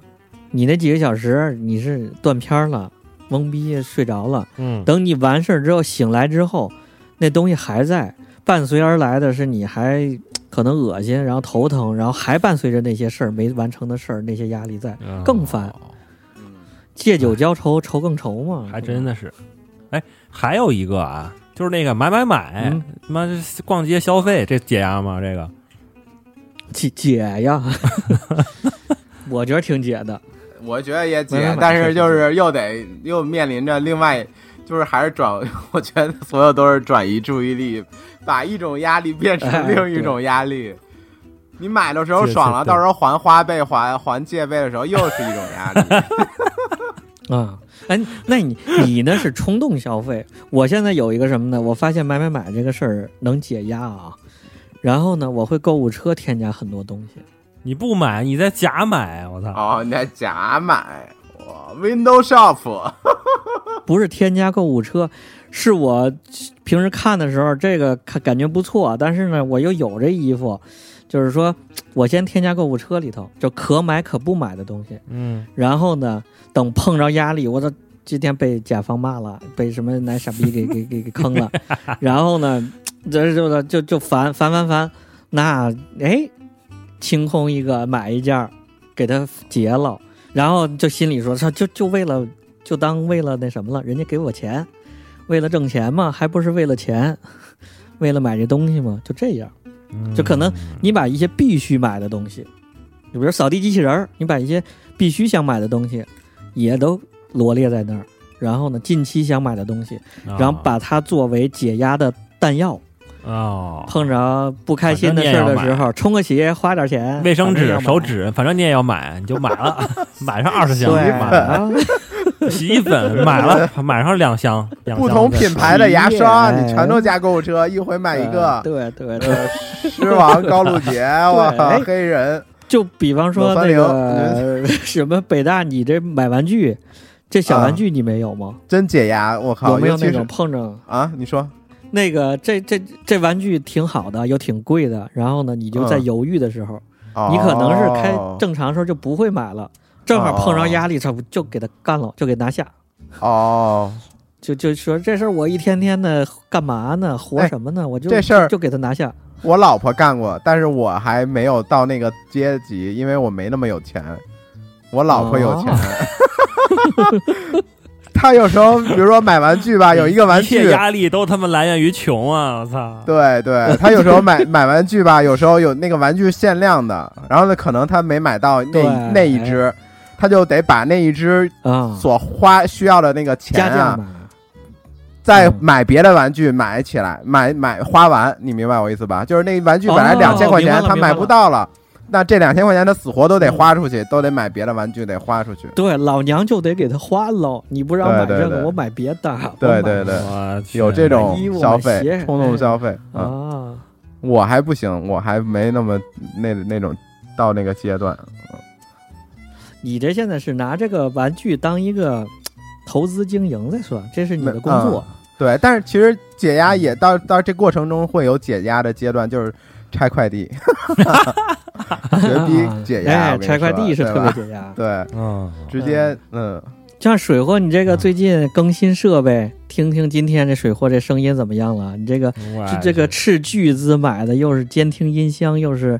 Speaker 2: 你那几个小时你是断片儿了，懵逼睡着了，
Speaker 3: 嗯，
Speaker 2: 等你完事儿之后醒来之后，那东西还在，伴随而来的是你还可能恶心，然后头疼，然后还伴随着那些事儿没完成的事儿，那些压力在。
Speaker 3: 嗯
Speaker 2: 更烦，
Speaker 4: 嗯，
Speaker 2: 借酒浇愁，愁更愁嘛。
Speaker 3: 哎还真的是。哎，还有一个啊，就是那个买买买
Speaker 2: 嗯，
Speaker 3: 他妈、逛街消费，这解压吗？这个
Speaker 2: 解解呀， 我觉得挺解的。
Speaker 4: 我觉得也
Speaker 2: 没办
Speaker 4: 解
Speaker 2: 法，
Speaker 4: 但
Speaker 2: 确
Speaker 4: 是
Speaker 2: 实
Speaker 4: 就是又得又面临着另外，就是还是转， 我觉得所有都是转移注意力，把一种压力变成
Speaker 2: 哎
Speaker 4: 另一种压力。你买的时候
Speaker 3: 对
Speaker 4: 爽
Speaker 3: 对
Speaker 4: 了，
Speaker 3: 对
Speaker 4: 到时候还花呗还还借呗的时候又是一种 压力。
Speaker 2: 啊，哎，那你你那是冲动消费。我现在有一个什么呢？我发现买买买这个事儿能解压啊。然后呢，我会购物车添加很多东西。
Speaker 3: 你不买，你在假买，啊我操！
Speaker 4: 哦，你还假买，哇，Windows Shop，
Speaker 2: 不是添加购物车，是我平时看的时候，这个看感觉不错，但是呢，我又有这衣服，就是说我先添加购物车里头，就可买可不买的东西。
Speaker 3: 嗯，
Speaker 2: 然后呢，等碰着压力，我操，今天被甲方骂了，被什么男傻逼给给给给坑了，然后呢，这就就就烦烦烦烦，那哎，清空一个买一件儿，给他结了，然后就心里说，操就就为了就当为了那什么了，人家给我钱，为了挣钱嘛，还不是为了钱，为了买这东西嘛，就这样。
Speaker 3: 嗯
Speaker 2: 就可能你把一些必须买的东西，比如扫地机器人儿，你把一些必须想买的东西也都罗列在那儿。然后呢，近期想买的东西，
Speaker 3: 啊，
Speaker 2: 然后把它作为解压的弹药。
Speaker 3: 哦，
Speaker 2: 碰着不开心的
Speaker 3: 反正你也
Speaker 2: 事儿的
Speaker 3: 要买
Speaker 2: 时候，冲个鞋，花点钱，
Speaker 3: 卫生纸、
Speaker 2: 反正要买
Speaker 3: 手，纸，反正你也要买，你就买 了，买上二十箱，
Speaker 2: 对
Speaker 3: 买了
Speaker 2: 啊，
Speaker 3: 洗衣粉，买了，买上两箱，两箱
Speaker 4: 不同品牌的牙刷，
Speaker 2: 哎
Speaker 4: 你全都加购物车，一回买一个。
Speaker 2: 对对对，
Speaker 4: 呃，狮王高露 洁，我靠，
Speaker 2: 哎
Speaker 4: 黑人，
Speaker 2: 就比方说那
Speaker 4: 裸
Speaker 2: 个 什么北大，你这买玩具，这小玩具你没有吗？
Speaker 4: 真解压，我靠，
Speaker 2: 有没有
Speaker 4: 啊尤其
Speaker 2: 那
Speaker 4: 是
Speaker 2: 种碰着
Speaker 4: 啊？你说
Speaker 2: 那个这这这玩具挺好的，又挺贵的。然后呢，你就在
Speaker 4: 嗯
Speaker 2: 犹豫的时候，你可能是开
Speaker 4: 哦
Speaker 2: 正常时候就不会买了，正好碰
Speaker 4: 哦
Speaker 2: 着压力，差不就给他干了，就给拿下。
Speaker 4: 哦，
Speaker 2: 就就说这事儿我一天天的干嘛呢？活什么呢？我就
Speaker 4: 哎这事儿
Speaker 2: 就给他拿下。
Speaker 4: 我老婆干过，但是我还没有到那个阶级，因为我没那么有钱。我老婆有钱， 她哦有时候比如说买玩 具吧，有一个玩
Speaker 3: 一
Speaker 4: 具
Speaker 3: 切，压力都他妈来源于穷啊！我操，
Speaker 4: 对对，她有时候买 买玩具吧，有时候有那个玩具限量的，然后呢，可能她没买到那
Speaker 2: 对
Speaker 4: 那一只，她就得把那一只
Speaker 2: 啊，
Speaker 4: 所花需要的那个钱
Speaker 2: 加价
Speaker 4: 啊，
Speaker 2: 嘛。
Speaker 4: 再买别的玩具买起来，买买花完，你明白我意思吧？就是那玩具本来
Speaker 2: 哦
Speaker 4: 两千块钱，
Speaker 2: 明白了嗯
Speaker 4: 他买不到了，那这两千块钱他死活都得花出去，都得买别的玩具，得花出去。
Speaker 2: 对，老娘就得给他花喽。你不让
Speaker 4: 对
Speaker 2: 买
Speaker 4: 对
Speaker 2: 这个，
Speaker 4: 对
Speaker 2: 我买别的。
Speaker 4: 对
Speaker 2: 我买
Speaker 4: 对对，
Speaker 3: 我去
Speaker 4: 有这种
Speaker 2: 衣服买
Speaker 4: 消
Speaker 2: 鞋
Speaker 4: 费，冲动消费啊！
Speaker 2: 啊，
Speaker 4: 我还不行，我还没那么那那种到那个阶段。
Speaker 2: 你这现在是拿这个玩具当一个嘖投资经营在算，这是你的工
Speaker 4: 嗯
Speaker 2: 作。
Speaker 4: 对，但是其实解压也到到这过程中会有解压的阶段，就是拆 快递，绝逼解压！
Speaker 2: 哎，
Speaker 4: 我跟你说
Speaker 2: 拆快递是
Speaker 4: 对
Speaker 2: 特
Speaker 4: 吧
Speaker 2: 别解压。
Speaker 4: 对，
Speaker 3: 嗯，
Speaker 4: 直接嗯。
Speaker 2: 就像水货，你这个
Speaker 3: 嗯
Speaker 2: 最近更新设备，听听今天这水货这声音怎么样了？你这个
Speaker 3: 我
Speaker 2: 这这个斥巨资买的，又是监听音箱，又是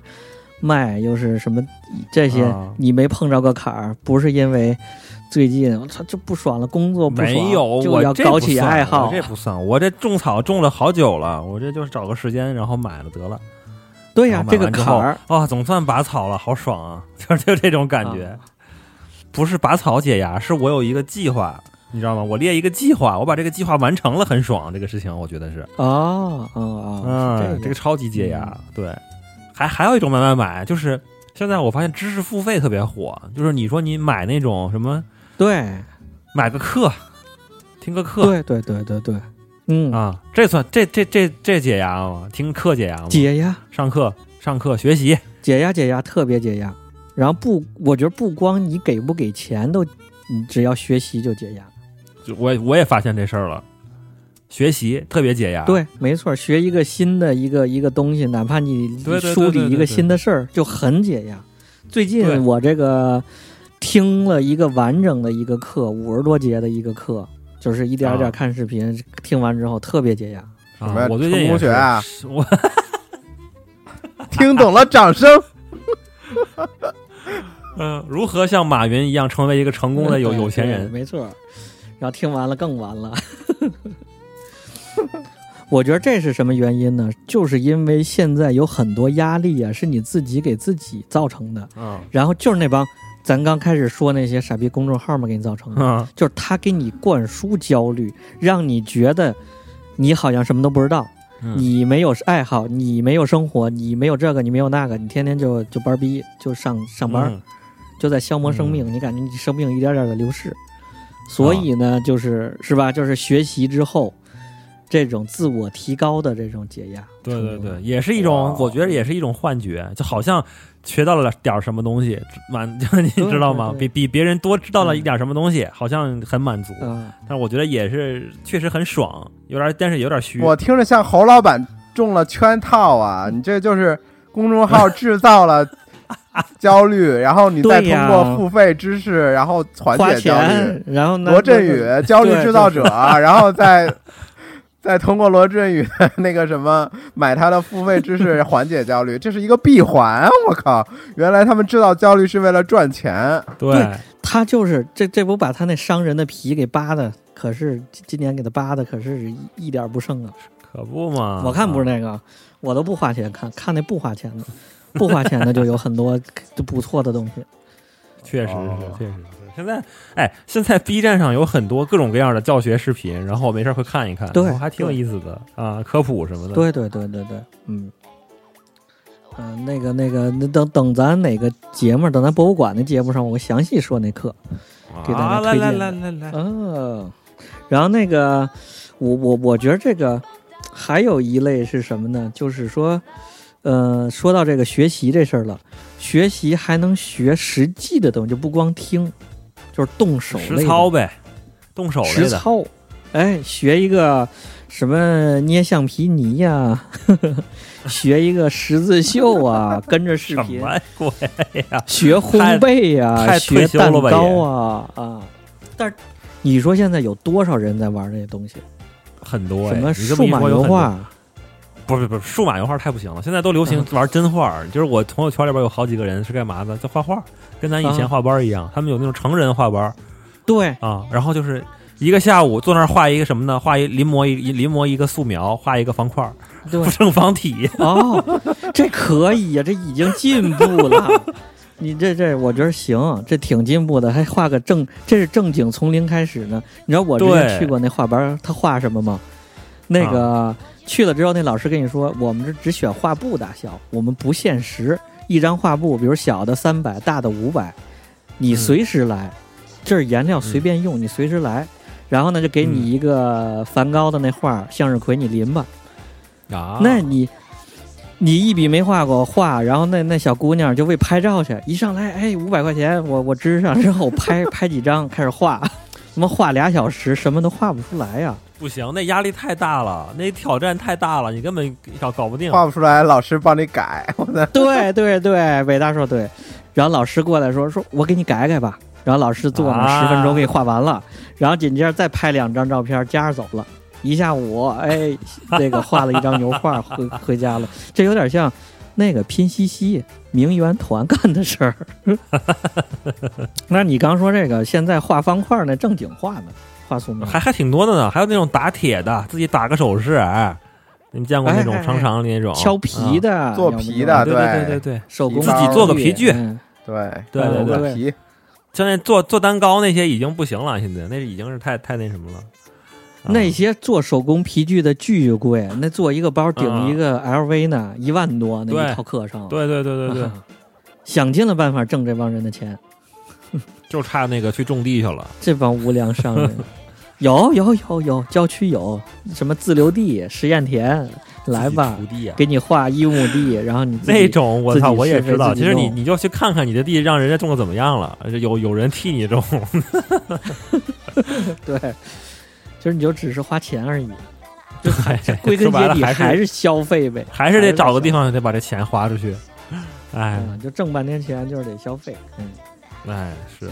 Speaker 2: 麦，又是什么这些
Speaker 3: 啊，
Speaker 2: 你没碰着个坎儿，不是因为最近我操就不爽了，工作不爽，
Speaker 3: 没有，
Speaker 2: 就
Speaker 3: 我
Speaker 2: 要
Speaker 3: 这不
Speaker 2: 搞起
Speaker 3: 算
Speaker 2: 爱
Speaker 3: 我
Speaker 2: 好
Speaker 3: 这。不算，我这种草种了好久了，我这就是找个时间，然后买了得了。
Speaker 2: 对呀、
Speaker 3: 然后
Speaker 2: 这
Speaker 3: 买
Speaker 2: 个
Speaker 3: 完之
Speaker 2: 坎
Speaker 3: 后
Speaker 2: 儿
Speaker 3: 哦，总算拔草了，好爽啊！就是就这种感觉，
Speaker 2: 啊
Speaker 3: 不是拔草解压，是我有一个计划，你知道吗？我列一个计划，我把这个计划完成了，很爽。这个事情我觉得是，
Speaker 2: 哦哦哦，
Speaker 3: 嗯，
Speaker 2: 是
Speaker 3: 这
Speaker 2: 这
Speaker 3: 个
Speaker 2: 个嗯
Speaker 3: 超级解压。对，还还有一种买买买，就是现在我发现知识付费特别火，就是你说你买那种什么
Speaker 2: 对
Speaker 3: 买个课，听个课
Speaker 2: 对对对对对，嗯，
Speaker 3: 啊，这算这这这这解压吗？听课解压吗？
Speaker 2: 解压
Speaker 3: 上课上课学习，
Speaker 2: 解压解压，特别解压。然后不，我觉得不光你给不给钱都，你只要学习就解压。
Speaker 3: 就我也我也发现这事儿了，学习特别解压。啊
Speaker 2: 对，没错，学一个新的一个一个东西，哪怕你
Speaker 3: 对对对
Speaker 2: 梳
Speaker 3: 对对
Speaker 2: 理一
Speaker 3: 对
Speaker 2: 个新的事儿，就很解压。最
Speaker 3: 对
Speaker 2: 近我这个听了一个完整的一个课，五十多节的一个课，就是一点儿一点
Speaker 3: 啊
Speaker 2: 儿看视频，听完之后特别解压。
Speaker 3: 啊
Speaker 4: 什么
Speaker 3: 我最近
Speaker 4: 成
Speaker 3: 也
Speaker 4: 功学啊
Speaker 3: 是我
Speaker 4: 听懂了，掌声。
Speaker 3: 嗯，如何像马云一样成为一个成功的有
Speaker 2: 对
Speaker 3: 有钱
Speaker 2: 对
Speaker 3: 人？
Speaker 2: 没错。然后听完了更完了。 我觉得这是什么原因呢？就是因为现在有很多压力啊，是你自己给自己造成的。
Speaker 3: 嗯
Speaker 2: 然后就是那帮咱刚开始说那些傻逼公众号嘛，给你造成的，
Speaker 3: 嗯
Speaker 2: 就是他给你灌输焦虑，让你觉得你好像什么都不知道，
Speaker 3: 嗯，
Speaker 2: 你没有爱好，你没有生活，你没有这个，你没有那个，你天天就就班逼，就上上班。
Speaker 3: 嗯
Speaker 2: 就在消磨生命，你感觉你生命一点点的流逝。所以呢，就是是吧？就是学习之后，这种自我提高的这种解压。
Speaker 3: 对对对，也是一种
Speaker 4: 哇，
Speaker 3: 我觉得也是一种幻觉，就好像学到了点儿什么东西，满， 你知道吗？
Speaker 2: 对嗯
Speaker 3: 比比别人多知道了一点儿什么东西，好像很满足，
Speaker 2: 啊，
Speaker 3: 但是我觉得也是确实很爽，有点儿，但是有点虚。
Speaker 5: 我听着像侯老板中了圈套啊！你这就是公众号制造 了焦虑，然后你再通
Speaker 2: 对呀
Speaker 5: 过付费知识，然后缓
Speaker 2: 花
Speaker 5: 解焦虑。
Speaker 2: 钱，然后呢？
Speaker 5: 罗振宇，焦虑
Speaker 2: 对
Speaker 5: 制造者， 然后再再通过罗振宇的那个什么买他的付费知识缓解焦 虑，这是一个闭环。我靠，原来他们制造焦虑是为了赚钱。
Speaker 3: 对
Speaker 2: 对他就是这这不把他那商人的皮给扒的，可是今今年给他扒的可是一一点儿不剩啊！
Speaker 3: 可不嘛，
Speaker 2: 我看不是那
Speaker 3: 啊
Speaker 2: 个，我都不花钱看，看那不花钱的，不花钱的就有很多 不错的东西。
Speaker 3: 啊确实
Speaker 5: 哦
Speaker 3: 是，确实是。现在，哎，现在 B 站上有很多各种各样的教学视频，然后我没事儿会看一看，
Speaker 2: 对
Speaker 3: 然后还挺有意思的啊，科普什么的。，
Speaker 2: 对对对对对，嗯。嗯、那个那个，那等等，咱哪个节目，等咱博物馆的节目上，我详细说那课。给大家
Speaker 3: 啊，来
Speaker 2: 推
Speaker 3: 来
Speaker 2: 荐
Speaker 3: 来来来，
Speaker 2: 哦，然后那个，我我我觉得这个还有一类是什么呢？就是说，呃，说到这个学习这事儿了，学习还能学实际的东西，就不光听，就是动手类的
Speaker 3: 实操呗，动手类
Speaker 2: 实
Speaker 3: 的，
Speaker 2: 操。哎，学一个什么捏橡皮泥呀、 学一个十字绣啊，跟着视
Speaker 3: 什
Speaker 2: 频
Speaker 3: 么鬼？
Speaker 2: 学烘焙呀、
Speaker 3: 太退
Speaker 2: 学
Speaker 3: 休了
Speaker 2: 蛋
Speaker 3: 吧
Speaker 2: 糕啊啊！但是你说现在有多少人在玩这些东西？
Speaker 3: 很多哎
Speaker 2: 什么
Speaker 3: 你这
Speaker 2: 数
Speaker 3: 么一
Speaker 2: 码
Speaker 3: 说有
Speaker 2: 油
Speaker 3: 很多
Speaker 2: 画，
Speaker 3: 不是不是，数码油画太不行了，现在都流行
Speaker 2: 嗯
Speaker 3: 玩真画儿。就是我朋友圈里边有好几个人是干嘛的，在画画，跟咱以前
Speaker 2: 啊
Speaker 3: 画班儿一样，他们有那种成人画班儿
Speaker 2: 对
Speaker 3: 啊，然后就是一个下午坐那儿画一个什么呢？画一临摹一临摹一个素描，画一个方块儿，
Speaker 2: 对
Speaker 3: 不正方体。
Speaker 2: 哦，这可以呀、这已经进步了。你这这，我觉得行，这挺进步的，还画个正，这是正经从零开始呢。你知道我之
Speaker 3: 对啊
Speaker 2: 前去过那画班儿，他画什么吗？那个、去了之后，那老师跟你说，我们这只选画布大小，我们不限时，一张画布，比如小的三百，大的五百，你
Speaker 3: 嗯
Speaker 2: 随时来，这儿颜料随便用，你随时来。然后呢，就给
Speaker 3: 嗯
Speaker 2: 你一个梵高的那画《向日葵》，你临吧。
Speaker 3: 啊
Speaker 2: 那你你一笔没画过画，然后那那小姑娘就为拍照去，一上来哎五百块钱，我我支上之后拍拍几张开始画，他妈画俩小时什么都画不出来啊呀、
Speaker 3: 不行，那压力太大了，那挑战太大了，你根本搞搞不定。
Speaker 5: 画不出来，老师帮你改。我 的
Speaker 2: 对对对，伟大说对，然后老师过来说说我给你改改吧，然后老师坐那
Speaker 3: 啊
Speaker 2: 十分钟给你画完了，然后紧接着再拍两张照片夹着走了。一下午，哎，那个画了一张油画回回家 了，这有点像那个拼夕夕名媛团干的 事儿。那你刚说这个，现在画方块儿呢，正经画呢，画素描
Speaker 3: 还还挺多的呢，还有那种打铁的，自己打个首饰，哎你们见过那种
Speaker 2: 哎哎哎
Speaker 3: 商场里那种
Speaker 2: 敲皮
Speaker 3: 的？
Speaker 2: 的、
Speaker 5: 哦做
Speaker 2: 要不
Speaker 5: 皮
Speaker 2: 就
Speaker 3: 啊
Speaker 5: 的
Speaker 3: 对对对对对，
Speaker 2: 手工
Speaker 5: 自己做
Speaker 3: 个皮具
Speaker 2: 嗯
Speaker 5: 对
Speaker 3: 对
Speaker 2: 对
Speaker 5: 弄个
Speaker 2: 对
Speaker 5: 皮
Speaker 3: 现在做做蛋糕那些已经不行了，现在那已经是太太那什么了。啊
Speaker 2: 那些做手工皮具的巨巨贵，那做一个包顶一个 LV 呢，一万多那
Speaker 3: 嗯对
Speaker 2: 一套课上。
Speaker 3: 对对对对对，
Speaker 2: 啊想尽了办法挣这帮人的钱，
Speaker 3: 就差那个去种地去了。
Speaker 2: 这帮无良商人。 有有有有，郊区有什么自留地、实验田，来吧
Speaker 3: 自，己锄地啊，
Speaker 2: 给你画一亩地，然后你自己
Speaker 3: 那种我操，
Speaker 2: 自己
Speaker 3: 我也
Speaker 2: 施肥
Speaker 3: 知道。
Speaker 2: 自己
Speaker 3: 其实你
Speaker 2: 种
Speaker 3: 你就去看看你的地，让人家种的怎么样了，有有人替你种。
Speaker 2: 对，就是你就只是花钱 而已。
Speaker 3: 哎
Speaker 2: 归根
Speaker 3: 说白
Speaker 2: 结
Speaker 3: 了
Speaker 2: 底
Speaker 3: 还
Speaker 2: 还
Speaker 3: 是
Speaker 2: 是消费呗，
Speaker 3: 还是得找个地
Speaker 2: 方。
Speaker 3: 方得把这钱花出去。哎
Speaker 2: 嗯，就挣半天钱就是得消费。嗯，
Speaker 3: 哎是，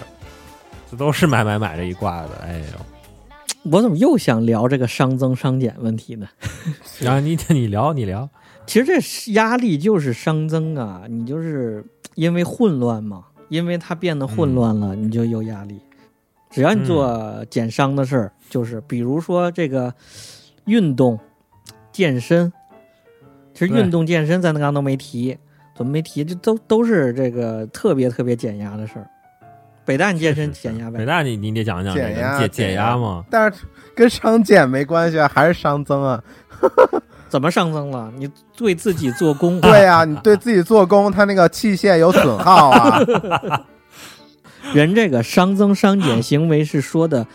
Speaker 3: 这都是买买买这一挂的。哎呦，
Speaker 2: 我怎么又想聊这个熵增熵减问题呢？
Speaker 3: 然后你 你聊你聊，
Speaker 2: 其实这是压力就是熵增啊，你就是因为混乱嘛，因为它变得
Speaker 3: 嗯
Speaker 2: 混乱了，你就有压力。只要你做减伤的事儿，就是比如说这个运动、健身，其实
Speaker 3: 对
Speaker 2: 运动、健身咱刚刚都没提，怎么没提？这都都是这个特别特别减压的事儿。北大你健身减压呗
Speaker 3: 北？大你你得讲讲这
Speaker 5: 减
Speaker 3: 个
Speaker 5: 压
Speaker 3: 解解压嘛。
Speaker 5: 但是跟商减没关系啊，还是熵增 啊。
Speaker 2: 怎么上增了？你对自己做 功，
Speaker 5: 对呀、
Speaker 4: 啊
Speaker 5: 你对自己做工，它那个器械有损耗 啊。
Speaker 2: 人这个熵增熵减行为是说的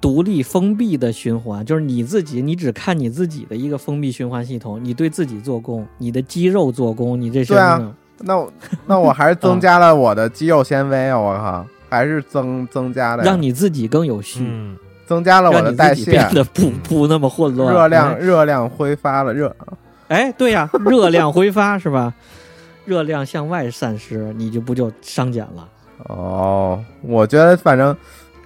Speaker 2: 独立封闭的循环，就是你自己，你只看你自己的一个封闭循环系统，你对自己做工，你的肌肉做工，你这些
Speaker 4: 对啊
Speaker 2: 等等
Speaker 4: 那我那我还是增加了我的肌肉纤维啊！我靠，还是增增加的呀，
Speaker 2: 让你自己更有序，
Speaker 3: 嗯，
Speaker 4: 增加了我
Speaker 2: 让
Speaker 4: 的
Speaker 2: 你
Speaker 4: 代
Speaker 2: 自己
Speaker 4: 谢
Speaker 2: 变，得嗯不不那么混乱。
Speaker 4: 热量热量挥发了，热
Speaker 2: 哎，哎，对呀、热量挥发是吧？热量向外散失，你就不就伤减了？
Speaker 4: 哦，我觉得反正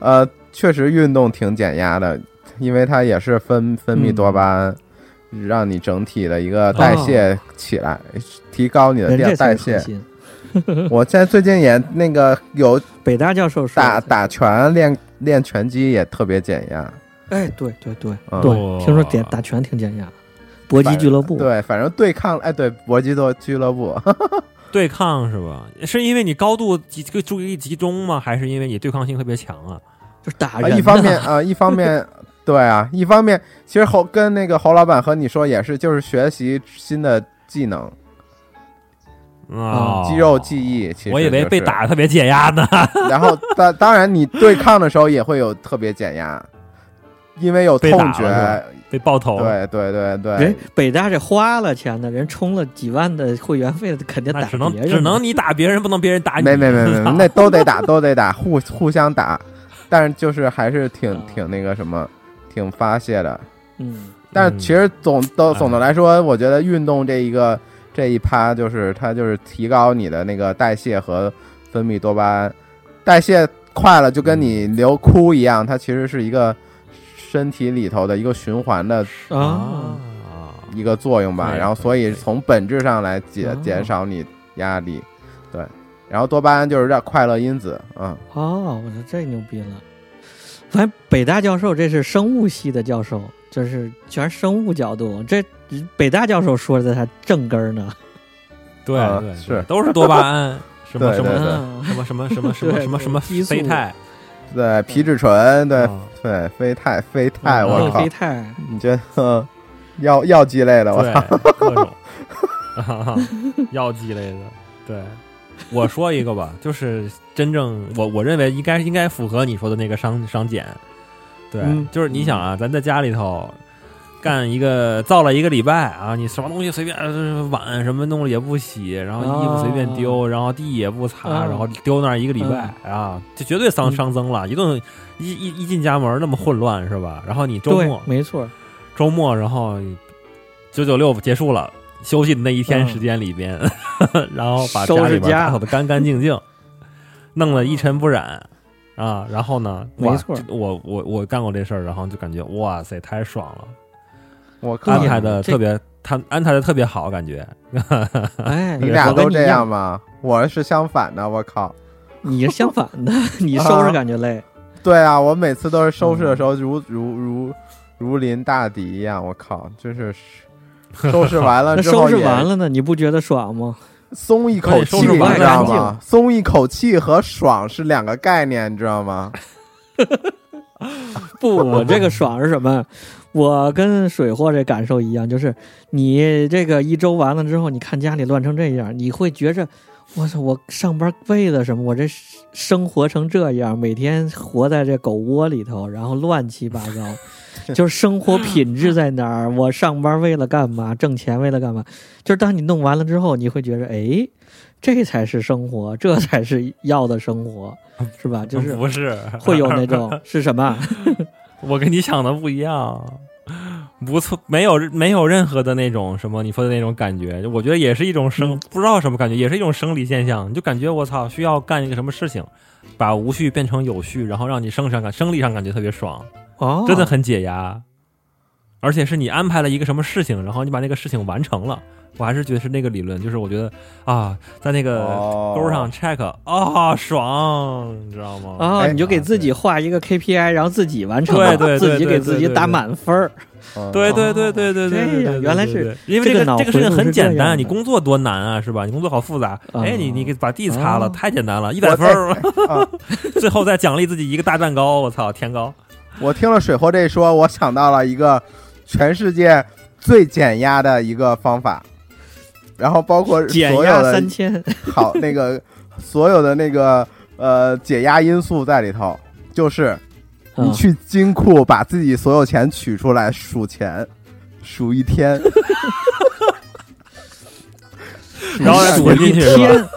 Speaker 4: 呃，确实运动挺减压的，因为它也是分分泌
Speaker 2: 嗯
Speaker 4: 多巴胺，让你整体的一个代谢起来，提高你的
Speaker 2: 人
Speaker 4: 代
Speaker 2: 这
Speaker 4: 代
Speaker 2: 才是核
Speaker 4: 谢。
Speaker 2: 心。
Speaker 4: 我现在最近也那个有
Speaker 2: 北大教授说
Speaker 4: 打
Speaker 2: 的，
Speaker 4: 打拳练练拳击，也特别减压。
Speaker 2: 哎，对对对
Speaker 4: 嗯
Speaker 2: 对，
Speaker 3: 哦
Speaker 2: 听说点打拳挺减压的，搏击俱乐部，
Speaker 4: 对，反正对抗哎，对搏击多俱乐部，
Speaker 3: 对抗是吧？是因为你高度集这个注意力集中吗？还是因为你对抗性特别强啊？
Speaker 2: 就是打
Speaker 4: 啊，
Speaker 2: 人、
Speaker 4: 一方面，啊，一方面， 对啊，一方面，其实侯跟那个侯老板和你说也是，就是学习新的技能，
Speaker 3: 啊、
Speaker 4: 肌肉记忆。其实、
Speaker 3: 我以为被，打得 特别解压呢。
Speaker 4: 然后当当然你对抗的时候也会有特别减压，因为有
Speaker 3: 被
Speaker 4: 痛
Speaker 3: 打了哦
Speaker 4: 觉。
Speaker 3: 被爆头，
Speaker 4: 对对对
Speaker 2: 人
Speaker 4: 对，
Speaker 2: 北大这花了钱的人充了几万的会员费，肯定
Speaker 3: 那
Speaker 2: 打
Speaker 3: 只能
Speaker 2: 别人
Speaker 3: 只能
Speaker 2: 的
Speaker 3: 你打别人，不能别人打你。
Speaker 4: 没没没没， 没那都得打都得打，互互相打，但是就是还是
Speaker 3: 嗯
Speaker 4: 挺
Speaker 2: 啊
Speaker 4: 挺那个什么，挺发泄的。
Speaker 2: 嗯，
Speaker 4: 但是其实总都
Speaker 3: 哎
Speaker 4: 总的来说，我觉得运动这一个这一趴，就是它就是提高你的那个代谢和分泌多巴胺，代谢快了就跟你
Speaker 3: 嗯
Speaker 4: 流哭一样，它其实是一个身体里头的一个循环的
Speaker 2: 啊，
Speaker 4: 一个作用吧。
Speaker 3: 对嗯
Speaker 4: 然后所以从本质上来解
Speaker 2: 哦
Speaker 4: 减少你压力，对。然后多巴胺就是让快乐因子，嗯，
Speaker 2: 哦，我说这牛逼了。反正北大教授这是生物系的教授，就是全是生物角度。这北大教授说的他正根儿呢，
Speaker 3: 对
Speaker 4: 啊
Speaker 3: 对，
Speaker 4: 是
Speaker 3: 都是多巴胺，什么
Speaker 4: 对
Speaker 3: 什么
Speaker 4: 对
Speaker 2: 啊
Speaker 3: 什么什么什么什么
Speaker 2: 对
Speaker 3: 什么什么
Speaker 2: 激素
Speaker 3: 非肽，
Speaker 4: 对，皮质醇，对
Speaker 3: 啊
Speaker 4: 对，非肽非肽，
Speaker 3: 嗯
Speaker 4: 哎我
Speaker 2: 内
Speaker 4: 靠
Speaker 2: 啡，肽，
Speaker 4: 你觉得药药剂类的，我
Speaker 3: 对，各种啊药剂类的。对，我说一个吧，就是真正我我认为应该应该符合你说的那个商商检。对，
Speaker 2: 嗯
Speaker 3: 就是你想啊，咱在家里头干一个造了一个礼拜啊，你什么东西随便呃碗什么弄了也不洗，然后衣服随便丢，然后地也不擦，
Speaker 2: 啊
Speaker 3: 然后丢那儿一个礼拜、
Speaker 2: 嗯
Speaker 3: 啊，这绝对伤伤增了，一顿一一一进家门那么混乱是吧？然后你周
Speaker 2: 对
Speaker 3: 末，
Speaker 2: 没错，
Speaker 3: 周末，然后九九六结束了，休息的那一天
Speaker 2: 嗯
Speaker 3: 时间里边， 然后把
Speaker 2: 收
Speaker 3: 家
Speaker 2: 拾
Speaker 3: 里边
Speaker 2: 家
Speaker 3: 打扫的干干 净净，弄得一尘不染啊。然后呢，哇
Speaker 2: 没错
Speaker 3: 这我我我干过这事儿，然后就感觉哇塞，太爽了，
Speaker 4: 我靠
Speaker 3: 安，排的
Speaker 2: 这
Speaker 3: 特别，他安排的特别好，感觉
Speaker 2: 哎，
Speaker 4: 你俩
Speaker 2: 我跟
Speaker 4: 都这
Speaker 2: 一
Speaker 4: 样，吗？我是相反的，我靠！
Speaker 2: 你是相反的，你收拾感觉累，
Speaker 4: 对啊，我每次都是收拾的时候如、如如如临大敌一样，我靠，就是收拾完了
Speaker 2: 那
Speaker 4: 之
Speaker 2: 收
Speaker 4: 后
Speaker 2: 拾
Speaker 4: 也
Speaker 2: 完了呢，你不觉得爽吗？
Speaker 4: 松一口气，
Speaker 3: 关键收
Speaker 4: 你
Speaker 3: 拾完
Speaker 4: 知
Speaker 2: 干
Speaker 4: 道吗
Speaker 2: 净？
Speaker 4: 松一口气和爽是两个概念，你知道吗？
Speaker 2: 不，我这个爽是什么？我跟水货这感受一样，就是你这个一周完了之后，你看家里乱成这样，你会觉着，我操，我上班为了什么？我这生活成这样，每天活在这狗窝里头，然后乱七八 糟，就是生活品质在哪儿？我上班为了干嘛？挣钱为了干嘛？就是当你弄完了之后，你会觉着，哎，这才是生活，这才是要的生活，是吧？就是
Speaker 3: 不是
Speaker 2: 会有那 种是什么？
Speaker 3: 我跟你想的不一样。不错，没有没有任何的那种什么你说的那种感觉，我觉得也是一种
Speaker 4: 嗯
Speaker 3: 生、不知道什么感觉，也是一种生理现象。你就感觉我操，需要干一个什么事情，把无序变成有序，然后让你生理上感生理上感觉特别爽，
Speaker 2: 哦，
Speaker 3: 真的很解压。而且是你安排了一个什么事情，然后你把那个事情完成了，我还是觉得是那个理论，就是我觉得啊，在那个
Speaker 4: 哦
Speaker 3: 勾上 check 啊、爽，你知道吗？
Speaker 2: 哦，
Speaker 4: 哎
Speaker 2: 你就给自己画一个 KPI，然后自己完成，
Speaker 3: 对对对
Speaker 2: 自己
Speaker 3: 对
Speaker 2: 给自己
Speaker 3: 对对
Speaker 2: 打
Speaker 3: 对
Speaker 2: 满分儿。
Speaker 4: 嗯
Speaker 3: 对对对对对对对
Speaker 2: 这
Speaker 3: 对，
Speaker 2: 样原来
Speaker 3: 对
Speaker 2: 是
Speaker 3: 对因为
Speaker 2: 这
Speaker 3: 这
Speaker 2: 个脑
Speaker 3: 这个事
Speaker 2: 回
Speaker 3: 情
Speaker 2: 路
Speaker 3: 很
Speaker 2: 是这
Speaker 3: 简
Speaker 2: 样
Speaker 3: 单，
Speaker 2: 的
Speaker 3: 你工作多难啊，是吧？你工作好复杂，
Speaker 2: 啊
Speaker 3: 哎，你你给把地擦了，
Speaker 2: 啊
Speaker 3: 太简单了，一
Speaker 4: 我
Speaker 3: 百分儿，
Speaker 4: 啊
Speaker 3: 最后再奖励自己一个大蛋糕，我操，甜糕，
Speaker 4: 我听了水货这一说，我想到了一个全世界最减压的一个方法，然后包括所
Speaker 2: 减
Speaker 4: 有
Speaker 2: 压
Speaker 4: 的
Speaker 2: 三千，
Speaker 4: 好，那个所有的那个呃解压因素在里头，就是
Speaker 2: 啊
Speaker 4: 你去金库把自己所有钱取出来数钱，数 一天，
Speaker 3: 然后再
Speaker 2: 数
Speaker 3: 滚
Speaker 2: 一
Speaker 3: 进去是吧
Speaker 2: 天，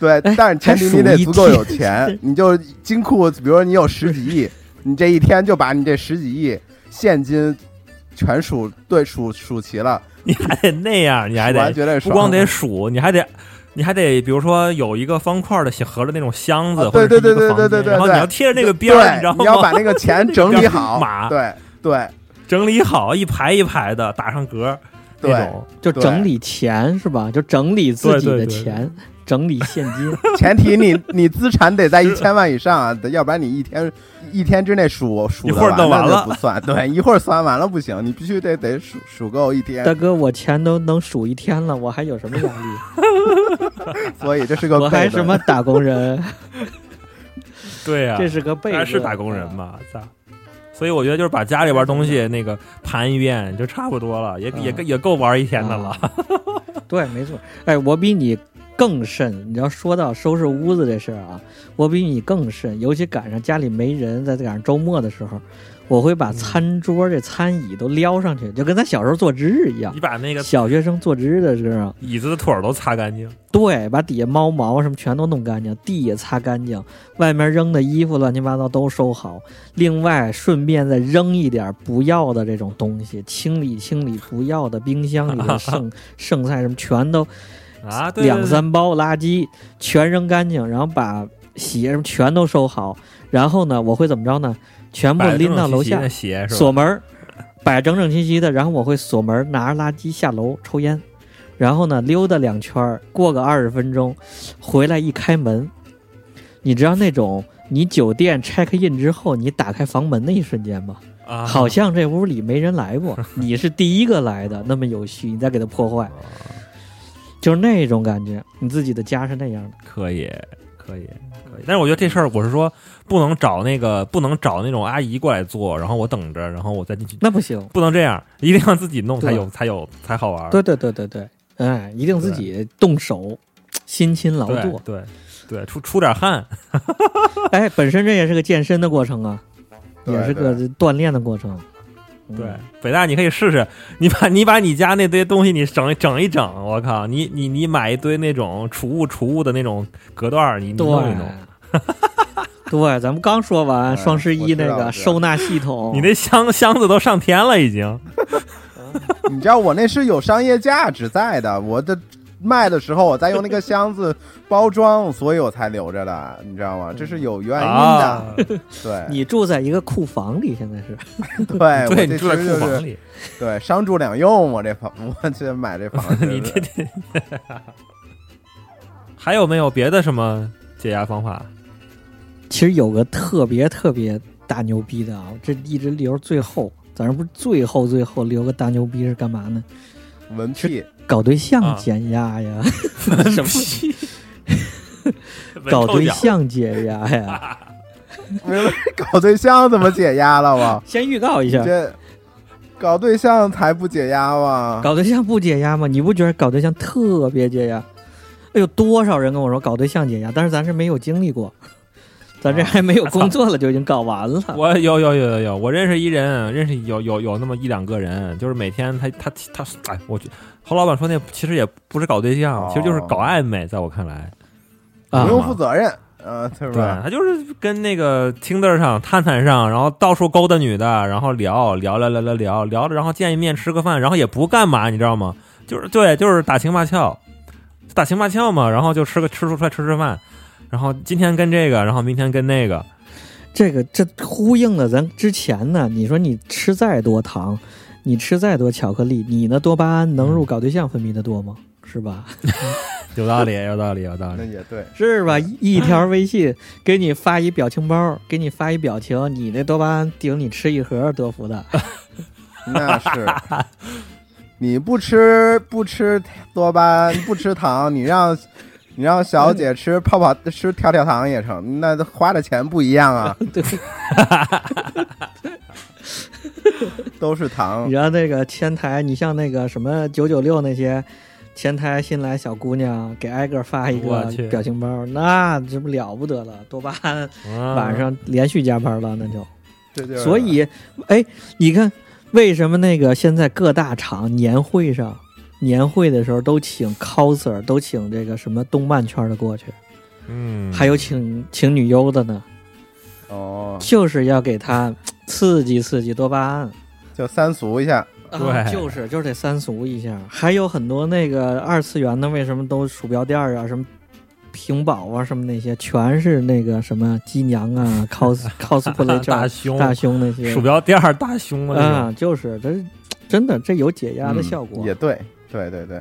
Speaker 4: 对
Speaker 2: 哎，
Speaker 4: 但是前提
Speaker 2: 还
Speaker 4: 你得
Speaker 2: 数一
Speaker 4: 足够有
Speaker 2: 天
Speaker 4: 钱，你就金库，比如说你有十几亿，你这一天就把你这十几亿现金全数对数数齐了，
Speaker 3: 你还得那样，你还
Speaker 4: 我还
Speaker 3: 得
Speaker 4: 觉得
Speaker 3: 不光得数，你还得。你还得比如说有一个方块的小盒的那种箱子，
Speaker 4: 啊
Speaker 3: 或者
Speaker 4: 对对
Speaker 3: 是一
Speaker 4: 对对
Speaker 3: 个房间
Speaker 4: 对对
Speaker 3: 然后你
Speaker 4: 对
Speaker 3: 要贴着那个边儿，你知道
Speaker 4: 对，
Speaker 3: 吗？
Speaker 4: 你要把那个钱整 理好
Speaker 3: 码，
Speaker 4: 对对
Speaker 3: 整理好，一排一排的打上格儿那
Speaker 4: 对，
Speaker 3: 种。
Speaker 2: 就
Speaker 4: 对
Speaker 2: 整理钱是吧？就整理自己
Speaker 3: 对
Speaker 2: 的
Speaker 3: 对对
Speaker 2: 钱，整理现金。
Speaker 4: 前提 你你资产得在一千万以上啊，要不然你一天一天之内数数
Speaker 3: 一
Speaker 4: 得
Speaker 3: 会儿弄
Speaker 4: 完
Speaker 3: 完
Speaker 4: 那
Speaker 3: 了
Speaker 4: 就不算，对，一会儿算完了不行，你必须得得数数够一天
Speaker 2: 大，哥，我钱都能数一天了，我还有什么压 力？
Speaker 4: 所以这是个
Speaker 2: 我还
Speaker 4: 悖论
Speaker 2: 什么打工 人？
Speaker 3: 对呀、
Speaker 2: 这是个悖
Speaker 3: 还
Speaker 2: 论。
Speaker 3: 是打工
Speaker 2: 嗯
Speaker 3: 人嘛，操！所以我觉得就是把家里边东西那个盘一遍就差不多了，也也
Speaker 2: 嗯
Speaker 3: 也够玩一天的了。
Speaker 2: 啊对，没错。哎，我比你更甚。你要说到收拾屋子这事儿啊，我比你更甚。尤其赶上家里没人，再赶上周末的时候，我会
Speaker 3: 嗯
Speaker 2: 把餐桌这餐椅都撩上去，就跟咱小时候做值日一样
Speaker 3: 你。把那个
Speaker 2: 小学生做值日的时候，
Speaker 3: 椅子的腿儿都擦干净，
Speaker 2: 对，把底下猫毛什么全都弄干净，地也擦干净，外面扔的衣服乱七八糟都收好。另外，顺便再扔一点不要的这种东西，清理清理不要的冰箱里的剩剩菜什么，全都
Speaker 3: 啊，对
Speaker 2: 两三包垃圾全扔干净，然后把鞋什么全都收好。然后呢，我会怎么着呢？全部
Speaker 3: 摆
Speaker 2: 拎到楼下
Speaker 3: 的，鞋是吧？
Speaker 2: 锁门儿，摆整整齐齐的，然后我会锁门儿，拿着垃圾下楼抽烟，然后呢溜达两圈儿，过个二十分钟，回来一开门，你知道那种你酒店 check in 之后，你打开房门那一瞬间吗？
Speaker 3: 啊，
Speaker 2: 好像这屋里没人来过，你是第一个来的，那么有序，你再给它破坏，就是那种感觉，你自己的家是那样的，
Speaker 3: 可以，可以，可以。但是我觉得这事儿，我是说不能找那个，不能找那种阿姨过来做，然后我等着，然后我再进去，
Speaker 2: 那不行。
Speaker 3: 不能这样，一定要自己弄
Speaker 2: 对
Speaker 3: 才有才有才好玩儿。
Speaker 2: 对对对对对，哎，一定自己动手，辛勤劳
Speaker 3: 对
Speaker 2: 作。
Speaker 3: 对对，出出点汗，
Speaker 2: 哎，本身这也是个健身的过程啊，
Speaker 4: 对
Speaker 2: 也是个锻炼的过程。嗯
Speaker 3: 对，北大你可以试试，你把你把你家那堆东西你整整一整，我靠，你你你买一堆那种储物储物的那种隔断儿，你你
Speaker 2: 对
Speaker 3: 弄一弄，
Speaker 2: 对，咱们刚说完
Speaker 4: 哎
Speaker 2: 双十一那
Speaker 4: 我知道
Speaker 2: 个
Speaker 4: 我知道
Speaker 2: 收纳系统，
Speaker 3: 你那箱箱子都上天了已经。
Speaker 4: 你知道我那是有商业价值在的，我的卖的时候我再用那个箱子包装，所以我才留着的，你知道吗？这是有原因的，
Speaker 3: 嗯啊，
Speaker 4: 对
Speaker 2: 你住在一个库房里，现在是
Speaker 4: 对
Speaker 3: 对
Speaker 4: 哎我
Speaker 3: 你
Speaker 4: 这
Speaker 3: 住在
Speaker 4: 其实就
Speaker 3: 库
Speaker 4: 是
Speaker 3: 房里，
Speaker 4: 对商住两用，我这房我去买这房子，
Speaker 3: 你这这，还有没有别的什么解压方法？
Speaker 2: 其实有个特别特别大牛逼的啊，这一直留最后，咱不是最后最后留个大牛逼是干嘛呢？
Speaker 4: 文屁，
Speaker 2: 搞对
Speaker 3: 啊
Speaker 2: 象减压 呀，
Speaker 3: 什么？
Speaker 2: 搞对
Speaker 3: 闻臭脚
Speaker 2: 象解压 呀。
Speaker 4: 搞对象怎么解压 了我？
Speaker 2: 先预告一
Speaker 4: 你
Speaker 2: 下，
Speaker 4: 这搞对象才不解压吗？
Speaker 2: 搞对象不解压吗？你不觉得搞对象特别解压？哎呦，多少人跟我说搞对象解压，但是咱是没有经历过，咱这还没有工作了就已经搞完了。
Speaker 3: 我有有有有有，我认识一人，认识有有有那么一两个人，就是每天他他他，哎，我觉侯老板说那其实也不是搞对象，
Speaker 4: 哦
Speaker 3: 其实就是搞暧昧，在我看来，
Speaker 4: 不
Speaker 2: 啊
Speaker 4: 用负责任，嗯，对不
Speaker 3: 对啊他就是跟那个 Tinder 上、探探上，然后到处勾搭女的，然后聊聊聊聊聊聊聊着，然后见一面吃个饭，然后也不干嘛，你知道吗？就是对，就是打情骂俏，打情骂俏嘛，然后就吃个吃出来吃吃饭，然后今天跟这个，然后明天跟那个，
Speaker 2: 这个这呼应了咱之前呢，你说你吃再多糖，你吃再多巧克力，你那多巴胺能入搞对象分泌的多吗？是吧？
Speaker 3: 有道理，有道理，有道
Speaker 4: 那
Speaker 3: 理。
Speaker 4: 也对，
Speaker 2: 是吧？一条微信给你发一表情包，给你发一表情，你那多巴胺顶你吃一盒德芙的。
Speaker 4: 那是。你不吃不吃多巴胺，不吃糖，你让你让小姐吃泡泡吃跳跳糖也成，那花的钱不一样啊，
Speaker 2: 对，
Speaker 4: 都是糖
Speaker 3: 嗯
Speaker 2: 你。知道那个前台，你像那个什么九九六那些，前台新来小姑娘给挨个发一个
Speaker 3: 我去
Speaker 2: 表情包，那这不了不得了，多巴胺
Speaker 3: 嗯
Speaker 2: 晚上连续加班了，那就。
Speaker 5: 这就是
Speaker 2: 所以，哎，你看为什么那个现在各大厂年会上，年会的时候都请 coser，都请这个什么动漫圈的过去，
Speaker 3: 嗯，
Speaker 2: 还有请请女优的呢，
Speaker 5: 哦，
Speaker 2: 就是要给他刺激刺激多巴胺。
Speaker 5: 就三俗一下，
Speaker 2: 啊
Speaker 3: 对
Speaker 2: 就是就是得三俗一下，还有很多那个二次元的，为什么都鼠标垫儿啊，什么屏保啊，什么那些，全是那个什么机娘 啊，cos cosplay 圈
Speaker 3: 大
Speaker 2: 儿
Speaker 3: 胸
Speaker 2: 大胸那些
Speaker 3: 鼠，标垫儿大胸啊，
Speaker 2: 啊，就是这真的这有解压的
Speaker 5: 嗯
Speaker 2: 效果。
Speaker 5: 也对，对对 对，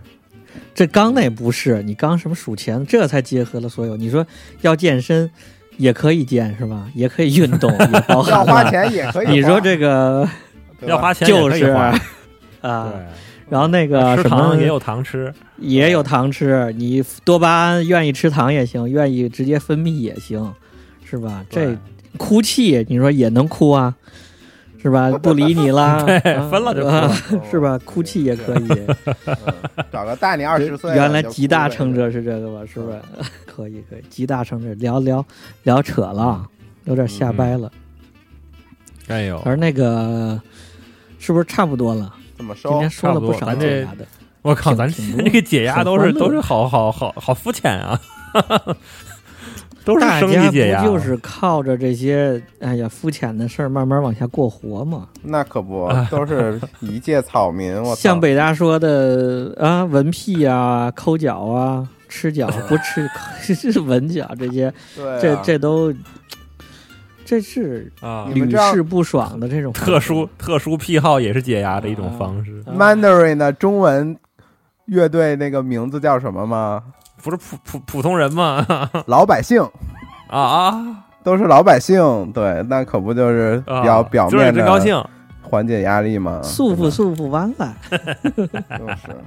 Speaker 2: 这刚那不是你刚什么数钱，这才结合了所有。你说要健身也可以健是吧？也可以运动，也 包含
Speaker 5: 要花
Speaker 2: 了。
Speaker 5: 钱也可以花，
Speaker 2: 你说这个
Speaker 5: 对吧
Speaker 3: 要花钱也
Speaker 2: 就
Speaker 3: 可以
Speaker 2: 是
Speaker 3: 花
Speaker 2: 啊，
Speaker 3: 对
Speaker 2: 然后那个
Speaker 3: 吃
Speaker 2: 什么
Speaker 3: 糖也有糖吃，
Speaker 2: 也有糖吃，你多巴胺愿意吃糖也行，愿意直接分泌也行，是吧？这
Speaker 3: 对
Speaker 2: 哭泣，你说也能哭啊，是吧？不理你 啦，啊
Speaker 3: 分了就哭
Speaker 2: 啊
Speaker 5: 了
Speaker 2: 是吧？哭泣也可以。
Speaker 5: 嗯哦找个大你 二十岁的，
Speaker 2: 原来
Speaker 5: 就
Speaker 2: 集大
Speaker 5: 哭呗
Speaker 2: 成者是这个吧？ 是不是？可以可以，集大成者聊聊聊扯了，啊
Speaker 5: 嗯
Speaker 2: 有点下掰了。
Speaker 3: 哎呦，
Speaker 2: 而那个是不是差不多了？
Speaker 5: 这么
Speaker 2: 今
Speaker 5: 收
Speaker 2: 天，说了不少
Speaker 3: 差不多
Speaker 2: 解压的，
Speaker 3: 我靠，咱
Speaker 2: 挺
Speaker 3: 今
Speaker 2: 挺
Speaker 3: 天这个解压
Speaker 2: 很
Speaker 3: 都是
Speaker 2: 欢乐
Speaker 3: 都是好好好好肤 浅啊，都是
Speaker 2: 大
Speaker 3: 生
Speaker 2: 家
Speaker 3: 理
Speaker 2: 不
Speaker 3: 解压，
Speaker 2: 就是靠着这些哎呀肤浅的事儿慢慢往下过活嘛？
Speaker 5: 那可 不，都是一介草民，我操
Speaker 2: 像北大说的啊，文屁啊，抠脚啊，吃 脚不吃， 是文脚这些，
Speaker 3: 哎
Speaker 5: 对啊
Speaker 2: 这这都这是
Speaker 3: 啊
Speaker 5: 你
Speaker 2: 屡
Speaker 5: 们这样
Speaker 2: 试不爽的这种
Speaker 3: 特殊特殊癖好也是解压的一种方式，
Speaker 2: 啊
Speaker 5: Mandarin 的中文乐队那个名字叫什么吗？
Speaker 3: 不是普普普通人吗？
Speaker 5: 老百姓
Speaker 3: 啊啊，
Speaker 5: 都是老百姓，对，那可不就是比
Speaker 3: 啊
Speaker 5: 较表
Speaker 3: 就是
Speaker 5: 面
Speaker 3: 真高兴
Speaker 5: 的。缓解压力吗？
Speaker 2: 束缚束缚完了，
Speaker 5: 对吧就是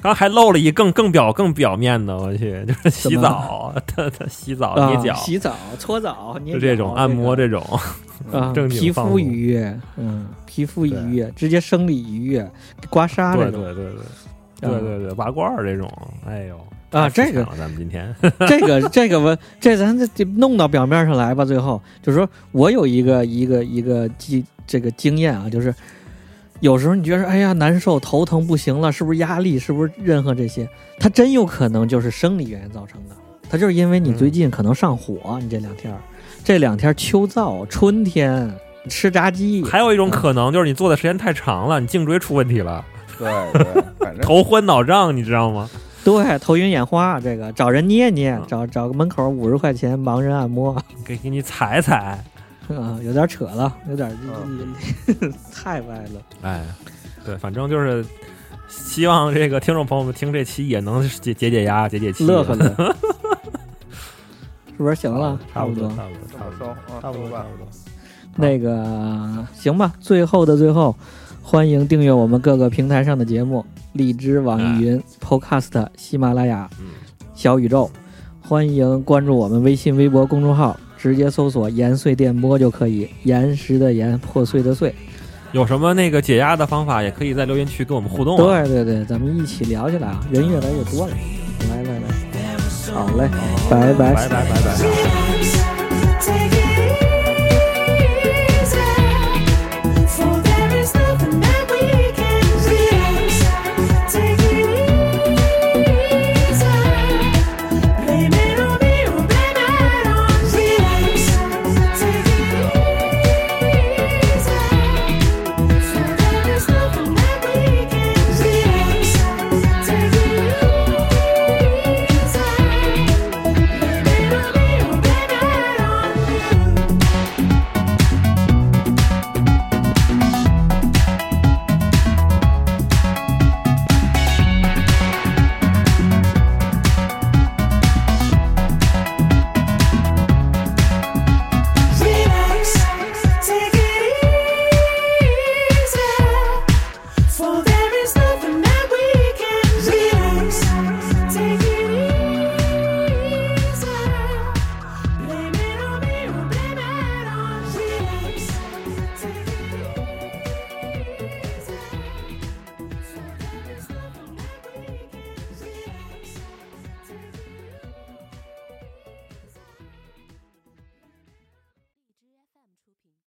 Speaker 3: 刚还漏了一更更表更表面的，我去，就是洗澡， 他他洗澡
Speaker 2: 啊
Speaker 3: 捏脚，
Speaker 2: 洗澡、搓澡、捏
Speaker 3: 就
Speaker 2: 脚
Speaker 3: 这种按摩
Speaker 2: 这
Speaker 3: 这种，
Speaker 2: 个啊，
Speaker 3: 正经
Speaker 2: 皮
Speaker 3: 放
Speaker 2: 肤
Speaker 3: 松
Speaker 2: 愉悦，嗯，皮肤愉悦，直接生理愉悦，刮痧
Speaker 3: 对
Speaker 2: 这
Speaker 3: 对
Speaker 2: 啊种
Speaker 3: 对对对对对，拔罐儿这种，哎呦
Speaker 2: 啊，
Speaker 3: 太
Speaker 2: 这
Speaker 3: 肤浅
Speaker 2: 个
Speaker 3: 了咱们今天
Speaker 2: 这个这个我这咱这这弄到表面上来吧。最后就是说我有一个一个一个经这个经验啊，就是有时候你觉得哎呀难受、头疼不行了，是不是压力？是不是任何这些？它真有可能就是生理原因造成的。它就是因为你最近可能上火，你这两天儿这两天儿秋燥，春天吃炸鸡，
Speaker 3: 还有一种可能就是你坐的时间太长了，你颈椎出问题了，
Speaker 5: 对对，反正
Speaker 3: 头昏脑胀，你知道吗？
Speaker 2: 对头晕眼花，这个找人捏捏
Speaker 3: 嗯，
Speaker 2: 找找个门口五十块钱盲人按摩。
Speaker 3: 给给你踩踩，
Speaker 2: 啊，有点扯了，有点、
Speaker 3: 啊
Speaker 5: 嗯
Speaker 2: 太歪了。
Speaker 3: 哎，对，反正就是。希望这个听众朋友们听这期也能解解解压、解解气，
Speaker 2: 乐呵 乐，是不是行了？
Speaker 3: 啊差
Speaker 2: 不
Speaker 3: 多，
Speaker 2: 多。
Speaker 3: 差不多，
Speaker 5: 这
Speaker 3: 差
Speaker 5: 么
Speaker 3: 不
Speaker 5: 收
Speaker 3: 多，，
Speaker 5: 嗯
Speaker 3: 差不多，
Speaker 5: 收吧
Speaker 3: 差不多。
Speaker 2: 那个行吧，最后的最后，欢迎订阅我们各个平台上的节目：荔枝、网易云、Podcast、喜马拉雅、
Speaker 3: 哎嗯
Speaker 2: 小宇宙。欢迎关注我们微信、微博公众号，直接搜索“延碎电波”就可以。岩石的岩，破碎的碎。
Speaker 3: 有什么那个解压的方法，也可以在留言区跟我们互动、啊。
Speaker 2: 对对对，咱们一起聊起来啊！人越来越多了，来来来，好嘞，拜拜
Speaker 3: 拜拜拜拜。
Speaker 6: Take it